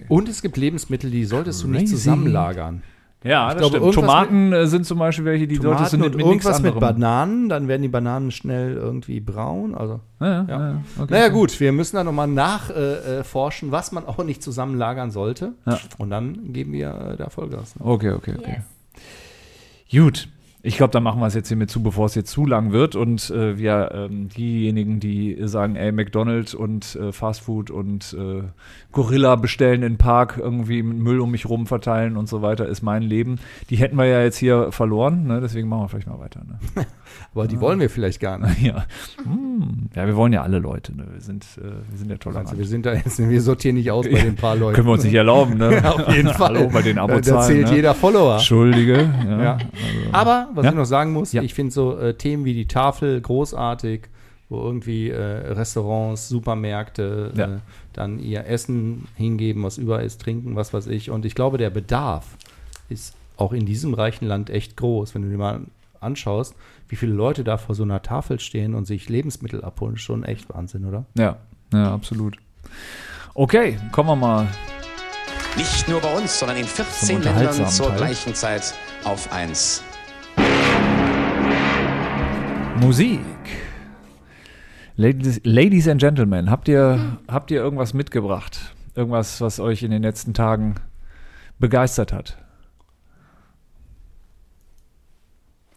[SPEAKER 6] Und es gibt Lebensmittel, die solltest du nicht
[SPEAKER 1] Crazy.
[SPEAKER 6] zusammenlagern.
[SPEAKER 1] Ja, das
[SPEAKER 6] glaube,
[SPEAKER 1] stimmt.
[SPEAKER 6] irgendwas
[SPEAKER 1] Tomaten äh, sind zum Beispiel welche, die solltest du
[SPEAKER 6] Tomaten
[SPEAKER 1] nicht
[SPEAKER 6] und
[SPEAKER 1] mit nichts
[SPEAKER 6] irgendwas mit
[SPEAKER 1] anderem.
[SPEAKER 6] Bananen, dann werden die Bananen schnell irgendwie braun, also
[SPEAKER 1] Ja,
[SPEAKER 6] Ja.
[SPEAKER 1] ja, okay.
[SPEAKER 6] Naja gut, wir müssen da nochmal nachforschen, äh, was man auch nicht zusammenlagern sollte.
[SPEAKER 1] Ja.
[SPEAKER 6] Und dann geben wir äh, da Vollgas. ne?
[SPEAKER 1] Okay, okay, okay. Gut. Ich glaube, dann machen wir es jetzt hiermit zu, bevor es jetzt zu lang wird. Und äh, wir, ähm, diejenigen, die sagen, ey, McDonald's und äh, Fastfood und äh, Gorilla bestellen in den Park, irgendwie mit Müll um mich rum verteilen und so weiter, ist mein Leben. Die hätten wir ja jetzt hier verloren, ne? deswegen machen wir vielleicht mal weiter. Ne?
[SPEAKER 6] Aber die wollen wir vielleicht gar nicht.
[SPEAKER 1] ja. Hm. ja, wir wollen ja alle Leute. Ne? Wir, sind, äh, wir sind ja tolerant.
[SPEAKER 6] Also wir sind da jetzt, wir sortieren nicht aus bei den paar Leuten.
[SPEAKER 1] Können wir uns nicht erlauben, ne?
[SPEAKER 6] auf jeden Fall.
[SPEAKER 1] Hallo, bei den
[SPEAKER 6] Äh, Da
[SPEAKER 1] Abozahlen.
[SPEAKER 6] zählt
[SPEAKER 1] ne?
[SPEAKER 6] jeder Follower.
[SPEAKER 1] Entschuldige. Ja.
[SPEAKER 6] Ja. Aber was
[SPEAKER 1] Ja?
[SPEAKER 6] ich noch sagen muss,
[SPEAKER 1] Ja.
[SPEAKER 6] ich finde so äh, Themen wie die Tafel großartig, wo irgendwie äh, Restaurants, Supermärkte
[SPEAKER 1] Ja.
[SPEAKER 6] äh, dann ihr Essen hingeben, was über ist, trinken, was weiß ich. Und ich glaube, der Bedarf ist auch in diesem reichen Land echt groß, wenn du dir mal anschaust, wie viele Leute da vor so einer Tafel stehen und sich Lebensmittel abholen, schon echt Wahnsinn, oder?
[SPEAKER 1] Ja, ja, absolut. Okay, kommen wir mal.
[SPEAKER 8] Nicht nur bei uns, sondern in 14
[SPEAKER 1] Zum
[SPEAKER 8] Ländern
[SPEAKER 1] unterhaltsamen
[SPEAKER 8] zur
[SPEAKER 1] Teil.
[SPEAKER 8] gleichen Zeit auf 1.
[SPEAKER 1] Musik. Ladies, Ladies and Gentlemen, habt ihr, habt ihr irgendwas mitgebracht? Irgendwas, was euch in den letzten Tagen begeistert hat?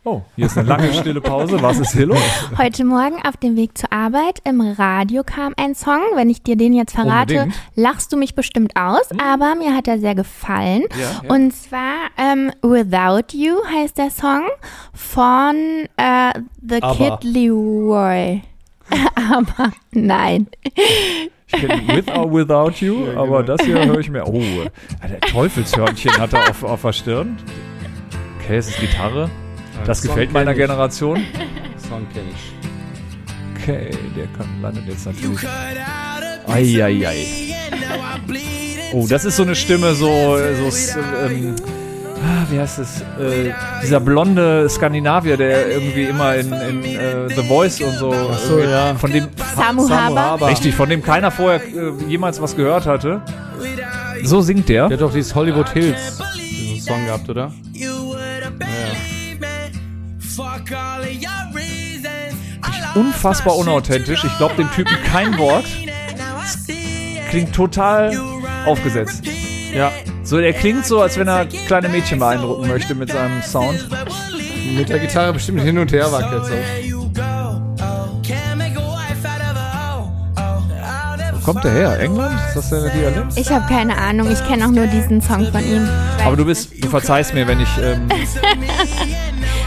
[SPEAKER 1] Oh, hier ist eine lange stille Pause. Was ist hier los?
[SPEAKER 7] Heute Morgen auf dem Weg zur Arbeit im Radio kam ein Song. Wenn ich dir den jetzt verrate,
[SPEAKER 1] Unbedingt.
[SPEAKER 7] lachst du mich bestimmt aus, aber mir hat er sehr gefallen.
[SPEAKER 1] Ja, ja.
[SPEAKER 7] Und zwar ähm, Without You heißt der Song von äh, The
[SPEAKER 6] Aber.
[SPEAKER 7] Kid Leroy. aber nein.
[SPEAKER 1] Ich kenne With or Without You, aber das hier höre ich mir. Oh, der Teufelshörnchen hat er auf, auf der Stirn. Okay, es ist Gitarre. Das
[SPEAKER 6] Song
[SPEAKER 1] gefällt
[SPEAKER 6] kenn
[SPEAKER 1] meiner
[SPEAKER 6] ich.
[SPEAKER 1] Generation.
[SPEAKER 6] Song kenne ich.
[SPEAKER 1] Okay, der kann, landet jetzt natürlich. Eieiei. Oh, das ist so eine Stimme, so. so ähm, ah, wie heißt es? Äh, dieser blonde Skandinavier, der irgendwie immer in, in äh, The Voice und so. irgendwie-
[SPEAKER 6] ja.
[SPEAKER 1] Von dem.
[SPEAKER 7] Samu Haber.
[SPEAKER 1] Richtig, von dem keiner vorher äh, jemals was gehört hatte. So singt
[SPEAKER 6] Der
[SPEAKER 1] der.
[SPEAKER 6] hat doch dieses Hollywood Hills diesen Song gehabt, oder?
[SPEAKER 1] Unfassbar unauthentisch. Ich glaube dem Typen kein Wort. Klingt total aufgesetzt.
[SPEAKER 6] Ja.
[SPEAKER 1] So, der klingt so, als wenn er kleine Mädchen beeindrucken möchte mit seinem Sound.
[SPEAKER 6] Mit der Gitarre bestimmt hin und her wackelt so.
[SPEAKER 1] Wo kommt der her? England? Ist das der Dialekt?
[SPEAKER 7] Ich habe keine Ahnung. Ich kenne auch nur diesen Song von ihm.
[SPEAKER 1] Aber du bist, du verzeihst mir, wenn ich, ähm,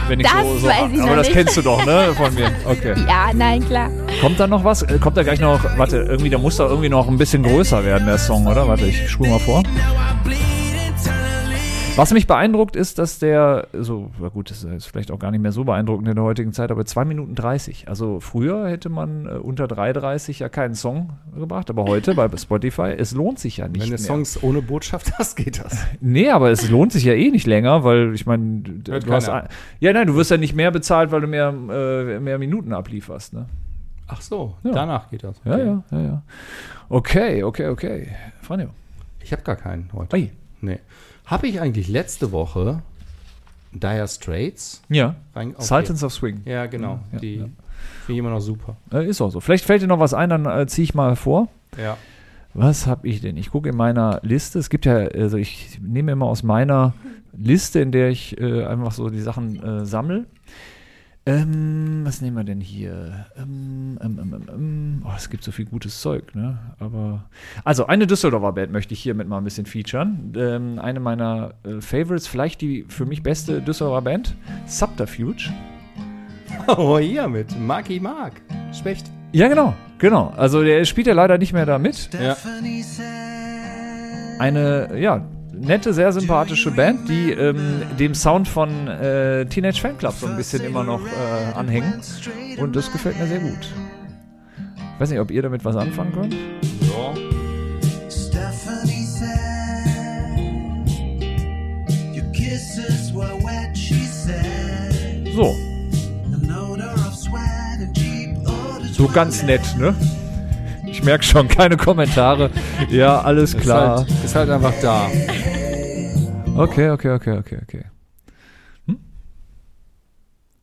[SPEAKER 1] wenn ich
[SPEAKER 7] Das
[SPEAKER 1] so, so
[SPEAKER 7] weiß ich
[SPEAKER 1] aber
[SPEAKER 7] noch
[SPEAKER 1] das
[SPEAKER 7] nicht.
[SPEAKER 1] kennst du doch, ne, von mir. Okay.
[SPEAKER 7] Ja, nein, klar.
[SPEAKER 1] Kommt da noch was? Äh, Kommt da gleich noch? Warte, irgendwie, da muss da irgendwie noch ein bisschen größer werden der Song, oder? Warte, ich spule mal vor. Was mich beeindruckt ist, dass der, so, na gut, das ist vielleicht auch gar nicht mehr so beeindruckend in der heutigen Zeit, aber 2 Minuten 30. Also früher hätte man äh, unter 3,30 ja keinen Song gebracht, aber heute bei Spotify, es lohnt sich ja nicht.
[SPEAKER 6] Wenn du
[SPEAKER 1] mehr.
[SPEAKER 6] Songs ohne Botschaft hast, geht das.
[SPEAKER 1] Nee, aber es lohnt sich ja eh nicht länger, weil ich meine, du
[SPEAKER 6] Hört
[SPEAKER 1] du hast.
[SPEAKER 6] keiner.
[SPEAKER 1] ein- Ja, nein, du wirst ja nicht mehr bezahlt, weil du mehr, äh, mehr Minuten ablieferst, ne?
[SPEAKER 6] Ach so,
[SPEAKER 1] Ja.
[SPEAKER 6] danach geht das.
[SPEAKER 1] Ja, ja, ja, ja. Okay, okay, okay. Franjo.
[SPEAKER 6] Ich habe gar keinen heute.
[SPEAKER 1] Ei.
[SPEAKER 6] Nee. Habe ich eigentlich letzte Woche Dire Straits
[SPEAKER 1] Ja.
[SPEAKER 6] rein? okay.
[SPEAKER 1] Sultans of Swing.
[SPEAKER 6] Ja, genau.
[SPEAKER 1] Ja,
[SPEAKER 6] die
[SPEAKER 1] ja.
[SPEAKER 6] finde ich immer noch super.
[SPEAKER 1] Äh, ist auch so. Vielleicht fällt dir noch was ein, dann äh, ziehe ich mal vor.
[SPEAKER 6] Ja.
[SPEAKER 1] Was habe ich denn? Ich gucke in meiner Liste. Es gibt ja, also ich nehme immer aus meiner Liste, in der ich äh, einfach so die Sachen äh, sammle. Ähm, was nehmen wir denn hier? Ähm, ähm, ähm, ähm, ähm. Oh, es gibt so viel gutes Zeug, ne? Aber. Also, eine Düsseldorfer Band möchte ich hiermit mal ein bisschen featuren. Ähm, eine meiner äh, Favorites, vielleicht die für mich beste Düsseldorfer Band, Subterfuge.
[SPEAKER 6] Oh, hier mit Marky Mark. Specht.
[SPEAKER 1] Ja, genau, genau. Also der spielt ja leider nicht mehr da mit.
[SPEAKER 6] Ja.
[SPEAKER 1] Eine, ja, nette, sehr sympathische Band, die ähm, dem Sound von äh, Teenage Fanclub so ein bisschen immer noch äh, anhängen. Und das gefällt mir sehr gut. Ich weiß nicht, ob ihr damit was anfangen könnt.
[SPEAKER 9] Stephanie said, Your kisses were wet, she said.
[SPEAKER 1] So,
[SPEAKER 9] An odor of sweat and cheap odor.
[SPEAKER 1] so ganz nett, ne? Ich merke schon, keine Kommentare. Ja, alles klar.
[SPEAKER 6] Ist, halt, ist halt einfach da.
[SPEAKER 1] Okay, okay, okay, okay, okay. Hm?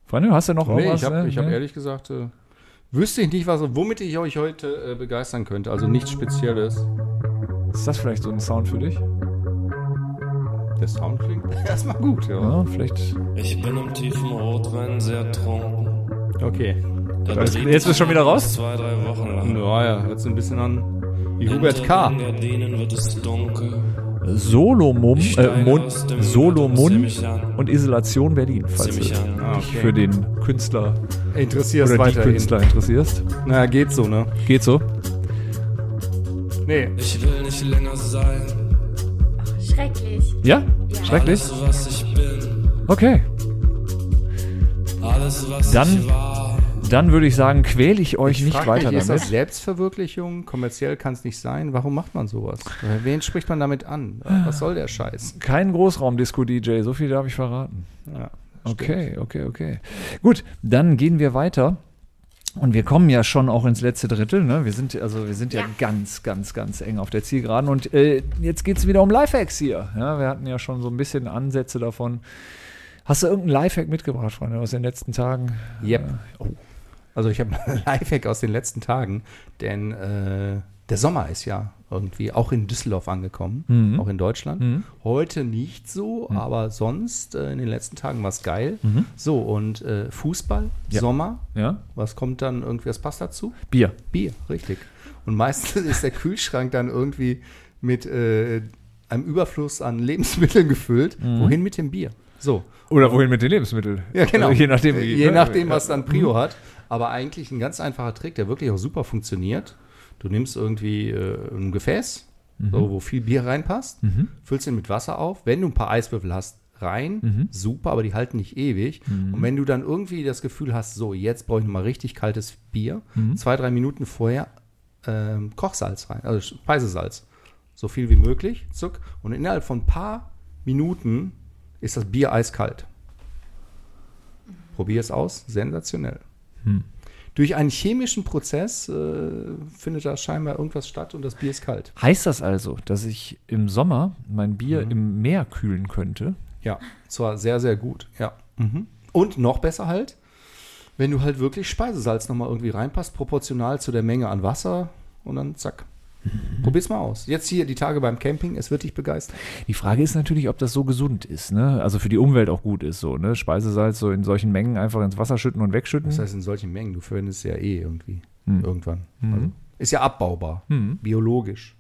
[SPEAKER 1] Freunde, hast du noch
[SPEAKER 6] Nee,
[SPEAKER 1] irgendwas?
[SPEAKER 6] ich habe
[SPEAKER 1] äh,
[SPEAKER 6] ich hab
[SPEAKER 1] ne?
[SPEAKER 6] ehrlich gesagt, äh, wüsste ich nicht, was, womit ich euch heute äh, begeistern könnte. Also nichts Spezielles.
[SPEAKER 1] Ist das vielleicht so ein Sound für dich?
[SPEAKER 6] Der Sound klingt erstmal gut, ja.
[SPEAKER 1] Ja, vielleicht.
[SPEAKER 10] Ich bin im tiefen Rotwein sehr trunken.
[SPEAKER 6] Okay.
[SPEAKER 10] Der
[SPEAKER 1] Jetzt
[SPEAKER 10] Brief
[SPEAKER 1] bist du schon wieder raus?
[SPEAKER 10] Zwei, drei Wochen lang.
[SPEAKER 6] Naja, hört so ein bisschen an wie Hubert
[SPEAKER 10] Hinter den
[SPEAKER 6] K.
[SPEAKER 10] Gardinen wird es dunkel.
[SPEAKER 1] Solomum,
[SPEAKER 10] Ich
[SPEAKER 1] äh,
[SPEAKER 10] steige
[SPEAKER 1] Mon,
[SPEAKER 10] aus dem Bett und
[SPEAKER 1] Solomon
[SPEAKER 10] zieh mich an.
[SPEAKER 1] und Isolation Berlin, falls
[SPEAKER 10] Ziemlich
[SPEAKER 1] du
[SPEAKER 10] an.
[SPEAKER 6] Ah,
[SPEAKER 1] dich für den Künstler
[SPEAKER 6] Interessierst
[SPEAKER 1] oder die
[SPEAKER 6] weiterhin.
[SPEAKER 1] Künstler interessierst.
[SPEAKER 6] Na, geht so, ne?
[SPEAKER 1] Geht so.
[SPEAKER 6] Nee.
[SPEAKER 10] Ich will nicht länger sein.
[SPEAKER 7] Schrecklich.
[SPEAKER 1] Ja? Schrecklich?
[SPEAKER 10] Alles, was ich bin.
[SPEAKER 1] Okay.
[SPEAKER 10] Alles, was
[SPEAKER 1] Dann-
[SPEAKER 10] ich war.
[SPEAKER 1] Dann würde ich sagen, quäle ich euch nicht
[SPEAKER 6] Frag
[SPEAKER 1] weiter
[SPEAKER 6] mich, ist das
[SPEAKER 1] damit.
[SPEAKER 6] Selbstverwirklichung? Kommerziell kann es nicht sein. Warum macht man sowas? Äh, Wen spricht man damit an? Was soll der Scheiß?
[SPEAKER 1] Kein Großraumdisco-DJ, so viel darf ich verraten.
[SPEAKER 6] Ja,
[SPEAKER 1] Okay, okay, okay. Gut, dann gehen wir weiter. Und wir kommen ja schon auch ins letzte Drittel. Ne? Wir sind also wir sind ja, ganz, ganz, ganz eng auf der Zielgeraden. Und äh, jetzt geht es wieder um Lifehacks hier. Ja, wir hatten ja schon so ein bisschen Ansätze davon. Hast du irgendeinen Lifehack mitgebracht, Freunde, aus den letzten Tagen?
[SPEAKER 6] Yep. Also ich habe einen Lifehack aus den letzten Tagen, denn äh, der Sommer ist ja irgendwie auch in Düsseldorf angekommen,
[SPEAKER 1] Mhm.
[SPEAKER 6] auch in Deutschland. Heute nicht so, aber sonst äh, in den letzten Tagen war es geil. So, und äh, Fußball,
[SPEAKER 1] Mhm. Ja.
[SPEAKER 6] Sommer,
[SPEAKER 1] Ja?
[SPEAKER 6] was kommt dann irgendwie, was passt dazu?
[SPEAKER 1] Bier.
[SPEAKER 6] Bier, richtig. Und meistens ist der Kühlschrank dann irgendwie mit äh, einem Überfluss an Lebensmitteln gefüllt. Wohin mit dem Bier? So.
[SPEAKER 1] Oder wohin mit den Lebensmitteln?
[SPEAKER 6] Ja, genau.
[SPEAKER 1] Also je nachdem, wie-
[SPEAKER 6] je
[SPEAKER 1] ne?
[SPEAKER 6] nachdem was
[SPEAKER 1] Ja.
[SPEAKER 6] dann Prio hat. Aber eigentlich ein ganz einfacher Trick, der wirklich auch super funktioniert. Du nimmst irgendwie äh, ein Gefäß, so,
[SPEAKER 1] Mhm.
[SPEAKER 6] wo viel Bier reinpasst, füllst ihn mit Wasser auf. Wenn du ein paar Eiswürfel hast, rein.
[SPEAKER 1] Mhm.
[SPEAKER 6] Super, aber die halten nicht ewig. Und wenn du dann irgendwie das Gefühl hast, so, jetzt brauche ich noch mal richtig kaltes Bier,
[SPEAKER 1] Mhm.
[SPEAKER 6] zwei, drei Minuten vorher ähm, Kochsalz rein, also Speisesalz. So viel wie möglich, zuck. Und innerhalb von ein paar Minuten ist das Bier eiskalt. Probier es aus, sensationell.
[SPEAKER 1] Hm.
[SPEAKER 6] Durch einen chemischen Prozess äh, findet da scheinbar irgendwas statt und das Bier ist kalt.
[SPEAKER 1] Heißt das also, dass ich im Sommer mein Bier
[SPEAKER 6] Mhm.
[SPEAKER 1] im Meer kühlen könnte?
[SPEAKER 6] Ja, zwar sehr, sehr gut, ja. Mhm. Und noch besser halt, wenn du halt wirklich Speisesalz nochmal irgendwie reinpasst, proportional zu der Menge an Wasser und dann zack.
[SPEAKER 1] Mhm.
[SPEAKER 6] Probier's mal aus. Jetzt hier die Tage beim Camping, es wird dich begeistern.
[SPEAKER 1] Die Frage ist natürlich, ob das so gesund ist, ne? Also für die Umwelt auch gut ist, so, ne? Speisesalz so in solchen Mengen einfach ins Wasser schütten und wegschütten.
[SPEAKER 6] Das heißt, in solchen Mengen, du verwendest es ja eh irgendwie.
[SPEAKER 1] Mhm.
[SPEAKER 6] Irgendwann. Also, ist ja abbaubar, biologisch.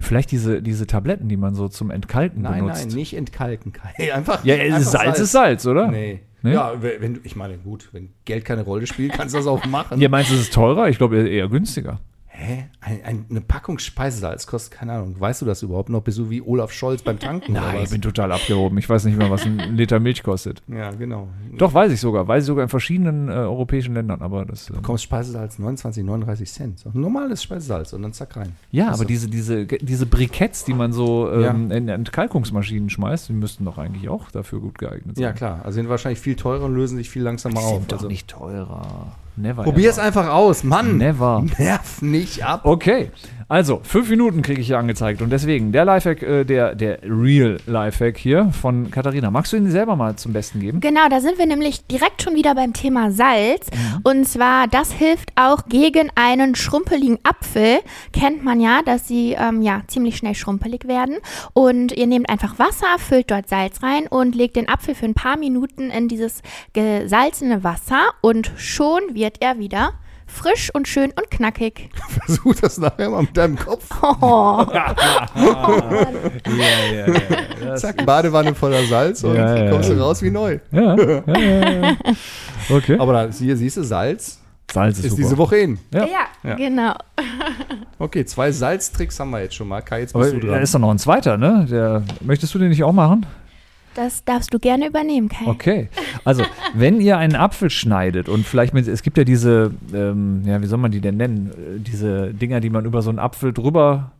[SPEAKER 1] Vielleicht diese, diese Tabletten, die man so zum Entkalken
[SPEAKER 6] Nein,
[SPEAKER 1] benutzt.
[SPEAKER 6] nein, nicht entkalken. Einfach,
[SPEAKER 1] Ja, äh,
[SPEAKER 6] einfach
[SPEAKER 1] Salz, Salz ist Salz, oder?
[SPEAKER 6] Nee.
[SPEAKER 1] Nee?
[SPEAKER 6] Ja, wenn wenn du, ich meine, gut, wenn Geld keine Rolle spielt, kannst du das auch machen.
[SPEAKER 1] Ihr meint, es ist teurer? Ich glaube, eher günstiger.
[SPEAKER 6] Hä? Ein, ein, eine Packung Speisesalz kostet, keine Ahnung, weißt du das überhaupt noch? Bist du wie Olaf Scholz beim Tanken? oder
[SPEAKER 1] Nein, ich
[SPEAKER 6] was?
[SPEAKER 1] bin total abgehoben. Ich weiß nicht mehr, was ein Liter Milch kostet.
[SPEAKER 6] Ja, genau. Du
[SPEAKER 1] Doch, weiß ich sogar. Weiß ich sogar in verschiedenen äh, europäischen Ländern. Aber das, äh,
[SPEAKER 6] bekommst Speisesalz 29, 39 Cent. So, ein normales Speisesalz und dann zack rein.
[SPEAKER 1] ja, aber diese, diese, diese Briketts, die man so ähm, in Entkalkungsmaschinen schmeißt, die müssten doch eigentlich auch dafür gut geeignet sein.
[SPEAKER 6] Ja, klar. Also sind wahrscheinlich viel teurer und lösen sich viel langsamer
[SPEAKER 1] Die
[SPEAKER 6] auf.
[SPEAKER 1] sind doch
[SPEAKER 6] also.
[SPEAKER 1] nicht teurer. Never.
[SPEAKER 6] Probier es
[SPEAKER 1] ever.
[SPEAKER 6] einfach aus, Mann.
[SPEAKER 1] Never. Oh.
[SPEAKER 6] Nerv nicht ab.
[SPEAKER 1] Okay, also fünf Minuten kriege ich hier angezeigt und deswegen der Lifehack, äh, der, der Real Lifehack hier von Katharina. Magst du ihn selber mal zum Besten geben?
[SPEAKER 7] Genau, da sind wir nämlich direkt schon wieder beim Thema Salz.
[SPEAKER 1] Mhm.
[SPEAKER 7] Und zwar, das hilft auch gegen einen schrumpeligen Apfel. Kennt man ja, dass sie ähm, ja, ziemlich schnell schrumpelig werden. Und ihr nehmt einfach Wasser, füllt dort Salz rein und legt den Apfel für ein paar Minuten in dieses gesalzene Wasser und schon wird er wieder frisch und schön und knackig.
[SPEAKER 6] Versuch das nachher mal mit deinem Kopf.
[SPEAKER 7] Oh.
[SPEAKER 1] Ja, ja, ja.
[SPEAKER 6] Zack, Badewanne voller Salz und
[SPEAKER 1] Ja, ja,
[SPEAKER 6] kommst du
[SPEAKER 1] ja.
[SPEAKER 6] raus wie neu.
[SPEAKER 1] ja, ja, ja. Okay.
[SPEAKER 6] Aber da, hier siehst du, Salz
[SPEAKER 1] Salz
[SPEAKER 6] ist diese Woche in.
[SPEAKER 7] Ja,
[SPEAKER 6] Ja.
[SPEAKER 7] genau.
[SPEAKER 6] Okay, zwei Salztricks haben wir jetzt schon mal. Kai, jetzt
[SPEAKER 1] Aber
[SPEAKER 6] bist du
[SPEAKER 1] da
[SPEAKER 6] dran.
[SPEAKER 1] ist doch noch ein zweiter, ne? Der, möchtest du den nicht auch machen?
[SPEAKER 7] Das darfst du gerne übernehmen, Kai.
[SPEAKER 1] Okay. Also, wenn ihr einen Apfel schneidet und vielleicht mit, es gibt ja diese, ähm, ja, wie soll man die denn nennen? Äh, Diese Dinger, die man über so einen Apfel drüber,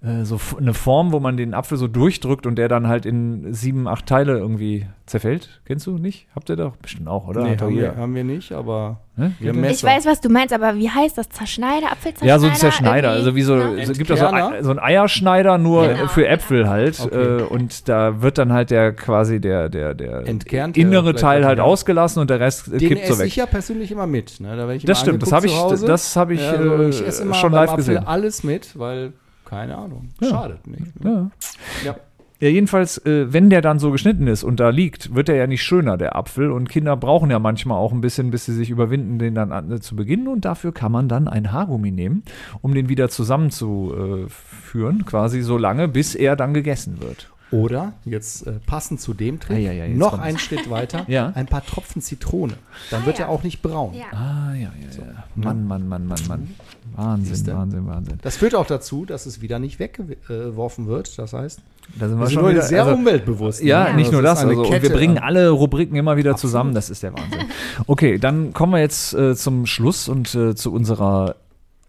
[SPEAKER 1] äh, so f- eine Form, wo man den Apfel so durchdrückt und der dann halt in sieben, acht Teile irgendwie zerfällt. Kennst du nicht? Habt ihr doch bestimmt auch, oder?
[SPEAKER 6] Nee,
[SPEAKER 1] Hat doch
[SPEAKER 6] haben,
[SPEAKER 1] jeder.
[SPEAKER 6] wir, haben wir nicht, aber
[SPEAKER 1] Ne?
[SPEAKER 6] wir haben Messer.
[SPEAKER 7] Ich weiß, was du meinst, aber wie heißt das? Zerschneider, Apfelzerschneider?
[SPEAKER 1] Ja, so ein Zerschneider. Also
[SPEAKER 7] irgendwie?
[SPEAKER 1] wie so,
[SPEAKER 7] Ne?
[SPEAKER 1] so gibt es so,
[SPEAKER 6] Entkerner?
[SPEAKER 1] ein- so ein Eierschneider nur
[SPEAKER 7] Genau.
[SPEAKER 1] für Äpfel halt.
[SPEAKER 6] Okay.
[SPEAKER 1] Äh, und da wird dann halt der quasi der, der, der
[SPEAKER 6] Entkernt er
[SPEAKER 1] innere
[SPEAKER 6] vielleicht
[SPEAKER 1] Teil
[SPEAKER 6] auch,
[SPEAKER 1] halt
[SPEAKER 6] ja.
[SPEAKER 1] ausgelassen und der Rest äh,
[SPEAKER 6] Den
[SPEAKER 1] kippt so
[SPEAKER 6] esse
[SPEAKER 1] weg.
[SPEAKER 6] ich ja persönlich immer mit. Ne? Da werd ich
[SPEAKER 1] Das
[SPEAKER 6] immer
[SPEAKER 1] stimmt, das
[SPEAKER 6] angeguckt
[SPEAKER 1] habe ich-
[SPEAKER 6] zu Hause.
[SPEAKER 1] das habe ich,
[SPEAKER 6] so,
[SPEAKER 1] äh,
[SPEAKER 6] ich esse immer
[SPEAKER 1] schon
[SPEAKER 6] beim
[SPEAKER 1] live
[SPEAKER 6] Apfel
[SPEAKER 1] gesehen.
[SPEAKER 6] alles mit, weil, keine Ahnung, schadet nicht. ne?
[SPEAKER 1] Ja.
[SPEAKER 6] Ja.
[SPEAKER 1] Ja, jedenfalls, äh, wenn der dann so geschnitten ist und da liegt, wird er ja nicht schöner, der Apfel. Und Kinder brauchen ja manchmal auch ein bisschen, bis sie sich überwinden, den dann an, zu beginnen. Und dafür kann man dann ein Haargummi nehmen, um den wieder zusammenzuführen, quasi so lange, bis er dann gegessen wird.
[SPEAKER 6] Oder, jetzt äh, passend zu dem Trick,
[SPEAKER 1] Ei, ei, ei, Ah, jetzt
[SPEAKER 6] noch
[SPEAKER 1] kommt's.
[SPEAKER 6] einen Schritt weiter,
[SPEAKER 1] Ja.
[SPEAKER 6] ein paar Tropfen Zitrone. Dann wird er auch nicht braun.
[SPEAKER 7] Ah, Ja.
[SPEAKER 1] Ah, ja, ja, ja. Mann, Mann, Mann, Mann, Mann. Wahnsinn,
[SPEAKER 6] Siehste?
[SPEAKER 1] Wahnsinn, Wahnsinn.
[SPEAKER 6] Das führt auch dazu, dass es wieder nicht weggeworfen wird. Das heißt,
[SPEAKER 1] Da sind
[SPEAKER 6] wir
[SPEAKER 1] wir
[SPEAKER 6] sind
[SPEAKER 1] schon
[SPEAKER 6] heute
[SPEAKER 1] wieder,
[SPEAKER 6] sehr
[SPEAKER 1] also,
[SPEAKER 6] umweltbewusst.
[SPEAKER 1] Ja,
[SPEAKER 6] ne?
[SPEAKER 1] nicht nur
[SPEAKER 6] ist
[SPEAKER 1] das.
[SPEAKER 6] eine
[SPEAKER 1] Also, und wir
[SPEAKER 6] Kette ne?
[SPEAKER 1] bringen
[SPEAKER 6] an-
[SPEAKER 1] alle Rubriken immer wieder zusammen. Das ist der Wahnsinn. Okay, dann kommen wir jetzt äh, zum Schluss und äh, zu unserer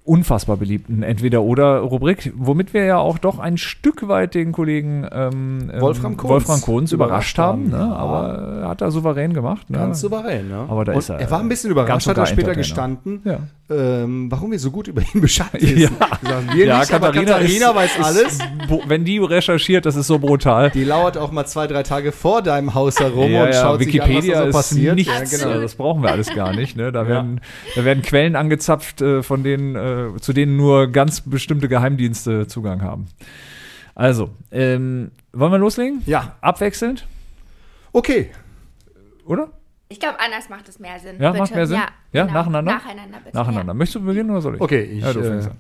[SPEAKER 1] unfassbar beliebten Entweder-Oder-Rubrik, womit wir ja auch doch ein Stück weit den Kollegen ähm, ähm,
[SPEAKER 6] Wolfram Kohns
[SPEAKER 1] Wolfram Kohns überrascht
[SPEAKER 6] überrascht
[SPEAKER 1] haben.
[SPEAKER 6] haben,
[SPEAKER 1] Ne?
[SPEAKER 6] ja.
[SPEAKER 1] Aber er hat er souverän gemacht. Ne?
[SPEAKER 6] Ganz souverän, ne?
[SPEAKER 1] Aber da
[SPEAKER 6] Und
[SPEAKER 1] ist er,
[SPEAKER 6] war ein bisschen
[SPEAKER 1] ganz
[SPEAKER 6] überrascht, hat
[SPEAKER 1] schön
[SPEAKER 6] er später
[SPEAKER 1] Entertainer.
[SPEAKER 6] gestanden,
[SPEAKER 1] Ja.
[SPEAKER 6] ähm, warum wir so gut über ihn Bescheid wissen. Sagen wir
[SPEAKER 1] Ja,
[SPEAKER 6] nicht, aber
[SPEAKER 1] Katharina
[SPEAKER 6] Katharina
[SPEAKER 1] ist-
[SPEAKER 6] weiß alles.
[SPEAKER 1] Bo- Wenn die recherchiert, das ist so brutal.
[SPEAKER 6] Die lauert auch mal zwei, drei Tage vor deinem Haus herum
[SPEAKER 1] Ja,
[SPEAKER 6] und
[SPEAKER 1] ja,
[SPEAKER 6] schaut sich
[SPEAKER 1] Wikipedia
[SPEAKER 6] an, was da so
[SPEAKER 1] ist
[SPEAKER 6] passiert.
[SPEAKER 1] nichts.
[SPEAKER 6] Ja,
[SPEAKER 1] Also
[SPEAKER 6] genau.
[SPEAKER 1] Das brauchen wir alles gar nicht. Ne? Da, werden, da werden Quellen angezapft, äh, von denen, äh, zu denen nur ganz bestimmte Geheimdienste Zugang haben. Also, ähm, wollen wir loslegen?
[SPEAKER 6] ja,
[SPEAKER 1] Abwechselnd,
[SPEAKER 6] okay.
[SPEAKER 1] oder?
[SPEAKER 7] Ich glaube, anders macht es mehr Sinn.
[SPEAKER 1] Ja,
[SPEAKER 7] bitte.
[SPEAKER 1] macht mehr Sinn?
[SPEAKER 7] Ja,
[SPEAKER 1] Ja,
[SPEAKER 7] genau.
[SPEAKER 1] nacheinander?
[SPEAKER 7] Nacheinander, bitte.
[SPEAKER 1] Nacheinander. Möchtest du beginnen oder soll ich?
[SPEAKER 6] Okay, ich,
[SPEAKER 1] ja, du
[SPEAKER 6] äh,
[SPEAKER 1] fängst an.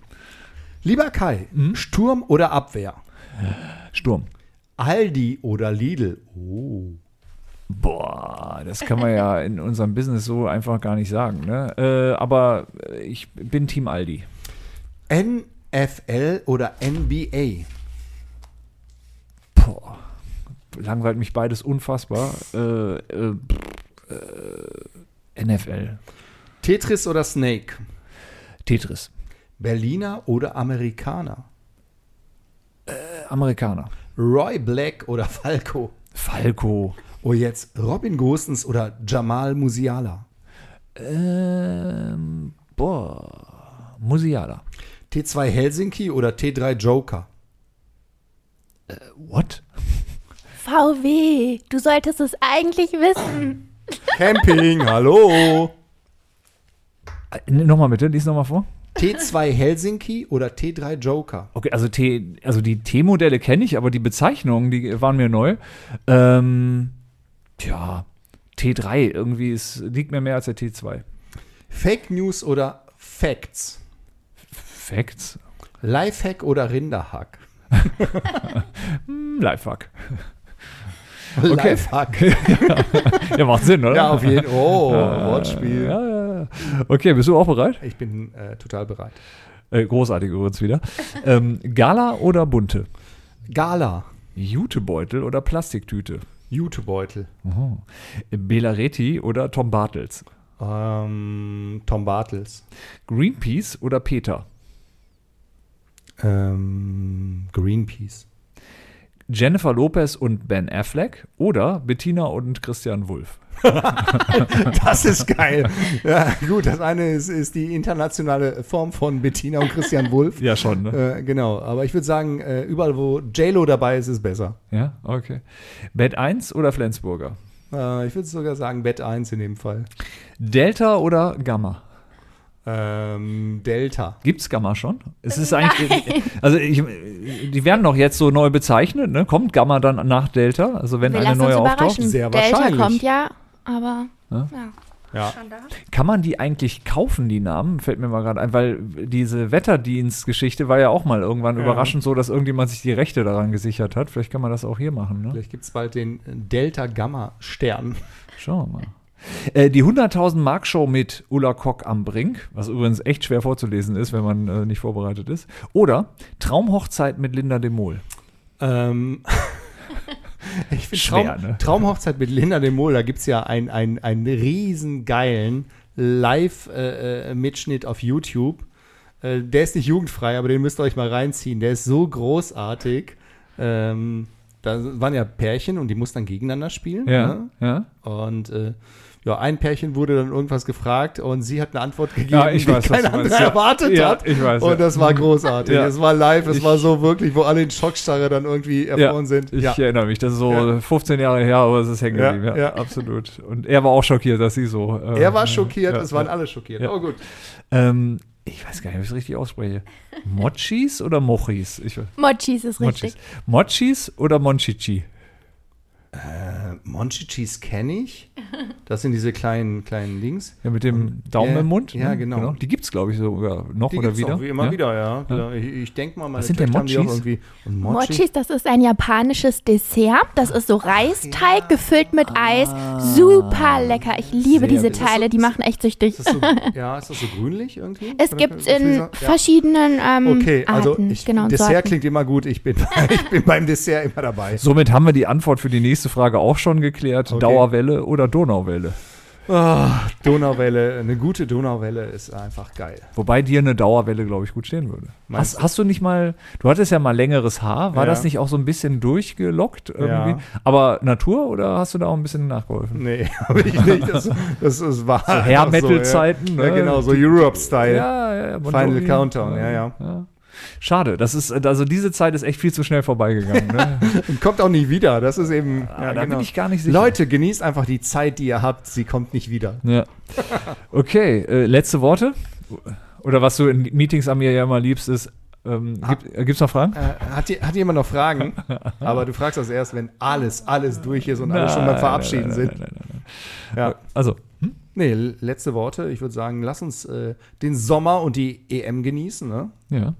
[SPEAKER 6] Lieber Kai,
[SPEAKER 1] Mhm.
[SPEAKER 6] Sturm oder Abwehr?
[SPEAKER 1] Sturm.
[SPEAKER 6] Aldi oder Lidl? Oh.
[SPEAKER 1] Boah, das kann man ja in unserem Business so einfach gar nicht sagen. Ne? Äh, aber äh, ich bin Team Aldi.
[SPEAKER 6] NFL oder NBA?
[SPEAKER 1] Boah, langweilt mich beides unfassbar. Äh, äh, pff, äh, NFL,
[SPEAKER 6] Tetris oder Snake?
[SPEAKER 1] Tetris,
[SPEAKER 6] Berliner oder Amerikaner?
[SPEAKER 1] Äh, Amerikaner,
[SPEAKER 6] Roy Black oder Falco?
[SPEAKER 1] Falco,
[SPEAKER 6] Oh, jetzt Robin Gosens oder Jamal Musiala?
[SPEAKER 1] ähm, boah, Musiala.
[SPEAKER 6] T2 Helsinki oder T3 Joker?
[SPEAKER 1] What?
[SPEAKER 7] VW, du solltest es eigentlich wissen.
[SPEAKER 6] Camping, hallo!
[SPEAKER 1] Äh, n- Nochmal bitte, lies nochmal vor.
[SPEAKER 6] T2 Helsinki oder T3 Joker?
[SPEAKER 1] Okay, also, T, also die T-Modelle kenne ich, aber die Bezeichnungen, die waren mir neu. Ähm, tja, T3 irgendwie ist, liegt mir mehr als der T2.
[SPEAKER 6] Fake News oder Facts?
[SPEAKER 1] Facts?
[SPEAKER 6] Lifehack oder Rinderhack?
[SPEAKER 1] Hm, Lifehack.
[SPEAKER 6] Okay. Lifehack.
[SPEAKER 1] Ja, macht Sinn, oder?
[SPEAKER 6] Ja, auf jeden Fall. Oh, Wortspiel.
[SPEAKER 1] Ja, ja, ja. Okay, bist du auch bereit?
[SPEAKER 6] Ich bin äh, total bereit.
[SPEAKER 1] Äh, großartig übrigens wieder. Ähm, Gala oder bunte?
[SPEAKER 6] Gala,
[SPEAKER 1] Jutebeutel oder Plastiktüte?
[SPEAKER 6] Jutebeutel,
[SPEAKER 1] Belaretti oder Tom Bartels?
[SPEAKER 6] ähm, Tom Bartels,
[SPEAKER 1] Greenpeace oder Peter?
[SPEAKER 6] ähm, Greenpeace,
[SPEAKER 1] Jennifer Lopez und Ben Affleck oder Bettina und Christian Wulff.
[SPEAKER 6] Das ist geil. Ja, gut, das eine ist, ist die internationale Form von Bettina und Christian Wulff.
[SPEAKER 1] Ja, schon, ne?
[SPEAKER 6] Äh, genau, aber ich würde sagen, äh, überall wo JLo dabei ist, ist besser.
[SPEAKER 1] Ja, okay. Bett 1 oder Flensburger?
[SPEAKER 6] Äh, ich würde sogar sagen Bett 1 in dem Fall.
[SPEAKER 1] Delta oder Gamma?
[SPEAKER 6] Ähm, Delta.
[SPEAKER 1] Gibt's Gamma schon? Es ist eigentlich, also ich, die werden doch jetzt so neu bezeichnet, ne? Kommt Gamma dann nach Delta? Also wenn
[SPEAKER 7] Wir
[SPEAKER 1] eine
[SPEAKER 7] lassen uns
[SPEAKER 1] neue auftaucht?
[SPEAKER 7] überraschen.
[SPEAKER 6] sehr
[SPEAKER 7] Delta
[SPEAKER 6] wahrscheinlich.
[SPEAKER 7] kommt ja, aber
[SPEAKER 6] Ja.
[SPEAKER 1] Kann man die eigentlich kaufen, die Namen? Fällt mir mal gerade ein, weil diese Wetterdienstgeschichte war ja auch mal irgendwann überraschend so, dass irgendjemand sich die Rechte daran gesichert hat. Vielleicht kann man das auch hier machen, ne?
[SPEAKER 6] Vielleicht gibt es bald den Delta-Gamma-Stern.
[SPEAKER 1] Schauen wir mal. Äh, die 100.000 Mark Show mit Ulla Kock am Brink, was übrigens echt schwer vorzulesen ist, wenn man äh, nicht vorbereitet ist. Oder Traumhochzeit mit Linda de Mol.
[SPEAKER 6] Ähm, ich finde Traum,
[SPEAKER 1] Schwer, ne?
[SPEAKER 6] Traumhochzeit mit Linda de Mol, da gibt es ja einen, einen, einen riesengeilen Live-Mitschnitt auf YouTube. Äh, der ist nicht jugendfrei, aber den müsst ihr euch mal reinziehen. Der ist so großartig. Ähm, da waren ja Pärchen und die mussten dann gegeneinander spielen. Ne?
[SPEAKER 1] ja.
[SPEAKER 6] Und äh, ja, ein Pärchen wurde dann irgendwas gefragt und sie hat eine Antwort gegeben,
[SPEAKER 1] Ja, ich weiß,
[SPEAKER 6] die
[SPEAKER 1] was
[SPEAKER 6] kein
[SPEAKER 1] du meinst,
[SPEAKER 6] anderer
[SPEAKER 1] ja.
[SPEAKER 6] erwartet
[SPEAKER 1] Ja,
[SPEAKER 6] hat.
[SPEAKER 1] ich weiß,
[SPEAKER 6] und
[SPEAKER 1] ja.
[SPEAKER 6] das war großartig.
[SPEAKER 1] Ja.
[SPEAKER 6] Es war live, es
[SPEAKER 1] Ich-
[SPEAKER 6] war so wirklich, wo alle in Schockstarre dann irgendwie erfroren sind.
[SPEAKER 1] Ich
[SPEAKER 6] Ja.
[SPEAKER 1] erinnere mich, das ist so
[SPEAKER 6] Ja.
[SPEAKER 1] 15 Jahre her, aber es ist hängen
[SPEAKER 6] Ja,
[SPEAKER 1] geblieben. Ja,
[SPEAKER 6] ja.
[SPEAKER 1] absolut. Und er war auch schockiert, dass sie so. äh,
[SPEAKER 6] Er war schockiert,
[SPEAKER 1] ja,
[SPEAKER 6] es waren
[SPEAKER 1] ja.
[SPEAKER 6] alle schockiert.
[SPEAKER 1] Ja.
[SPEAKER 6] Oh gut.
[SPEAKER 1] Ähm, ich weiß gar nicht, ob ich es richtig ausspreche. Mochis oder Mochis? Ich, weiß-
[SPEAKER 7] Mochis ist
[SPEAKER 1] Mochis.
[SPEAKER 7] richtig.
[SPEAKER 1] Mochis oder Monchichi?
[SPEAKER 6] Monchichis kenne ich. Das sind diese kleinen, kleinen Dings.
[SPEAKER 1] Ja, mit dem Daumen
[SPEAKER 6] Ja,
[SPEAKER 1] im Mund. ne?
[SPEAKER 6] ja, genau.
[SPEAKER 1] Die gibt es, glaube ich, sogar noch oder
[SPEAKER 6] gibt's
[SPEAKER 1] wieder. ne?
[SPEAKER 6] auch wie immer
[SPEAKER 1] ja?
[SPEAKER 6] wieder, ja. Genau. Ich, ich denke mal, meine
[SPEAKER 1] sind denn
[SPEAKER 6] Töchter haben die auch
[SPEAKER 1] Mochis?
[SPEAKER 6] irgendwie. Und
[SPEAKER 7] Mochis, das ist ein japanisches Dessert. Das ist so Reisteig gefüllt mit Eis. Super lecker. Ich liebe
[SPEAKER 6] Ah. Sehr
[SPEAKER 7] diese
[SPEAKER 6] gut.
[SPEAKER 7] Teile, die machen echt süchtig.
[SPEAKER 6] Ist das so, ja, ist das so grünlich irgendwie?
[SPEAKER 7] Es
[SPEAKER 6] Oder
[SPEAKER 7] gibt
[SPEAKER 6] so viel
[SPEAKER 7] in
[SPEAKER 6] Sa- ja.
[SPEAKER 7] verschiedenen ähm,
[SPEAKER 6] Okay, also
[SPEAKER 7] Arten.
[SPEAKER 6] ich,
[SPEAKER 7] genau, und
[SPEAKER 6] Dessert
[SPEAKER 7] Sorten.
[SPEAKER 6] klingt immer gut. Ich bin, ich bin beim Dessert immer dabei.
[SPEAKER 1] Somit haben wir die Antwort für die nächste Frage auch schon geklärt.
[SPEAKER 6] Okay.
[SPEAKER 1] Dauerwelle oder Donauwelle?
[SPEAKER 6] Ah, Donauwelle, eine gute Donauwelle ist einfach geil.
[SPEAKER 1] Wobei dir eine Dauerwelle, glaube ich, gut stehen würde.
[SPEAKER 6] Meinst
[SPEAKER 1] Hast, hast du nicht mal, du hattest ja mal längeres Haar, war
[SPEAKER 6] Ja.
[SPEAKER 1] das nicht auch so ein bisschen durchgelockt irgendwie? Aber Natur oder hast du da auch ein bisschen nachgeholfen?
[SPEAKER 6] Nee, habe ich nicht. Das, das, das war so
[SPEAKER 1] Hair-Metal-Zeiten,
[SPEAKER 6] ja. ja,
[SPEAKER 1] ne?
[SPEAKER 6] genau, so Europe-Style.
[SPEAKER 1] ja, ja. Bon
[SPEAKER 6] Final
[SPEAKER 1] Jovi.
[SPEAKER 6] Countdown, ja, ja.
[SPEAKER 1] Schade, das ist, also diese Zeit ist echt viel zu schnell vorbeigegangen. Ne?
[SPEAKER 6] Und kommt auch nicht wieder. Das ist eben. ja,
[SPEAKER 1] Ah,
[SPEAKER 6] genau.
[SPEAKER 1] da bin ich gar nicht sicher.
[SPEAKER 6] Leute, genießt einfach die Zeit, die ihr habt. Sie kommt nicht wieder.
[SPEAKER 1] ja. Okay, äh, letzte Worte? Oder was du in Meetings an mir ja immer liebst, ist, ähm, gibt, äh, gibt's noch Fragen?
[SPEAKER 6] Äh, hat, je- hat jemand noch Fragen? Aber du fragst das erst, wenn alles, alles durch ist und alle schon beim
[SPEAKER 1] Nein,
[SPEAKER 6] Verabschieden
[SPEAKER 1] nein, nein,
[SPEAKER 6] sind.
[SPEAKER 1] nein, nein, nein.
[SPEAKER 6] Ja.
[SPEAKER 1] Also,
[SPEAKER 6] Nee, l- letzte Worte. Ich würde sagen, lass uns äh, den Sommer und die EM genießen. Ne?
[SPEAKER 1] ja,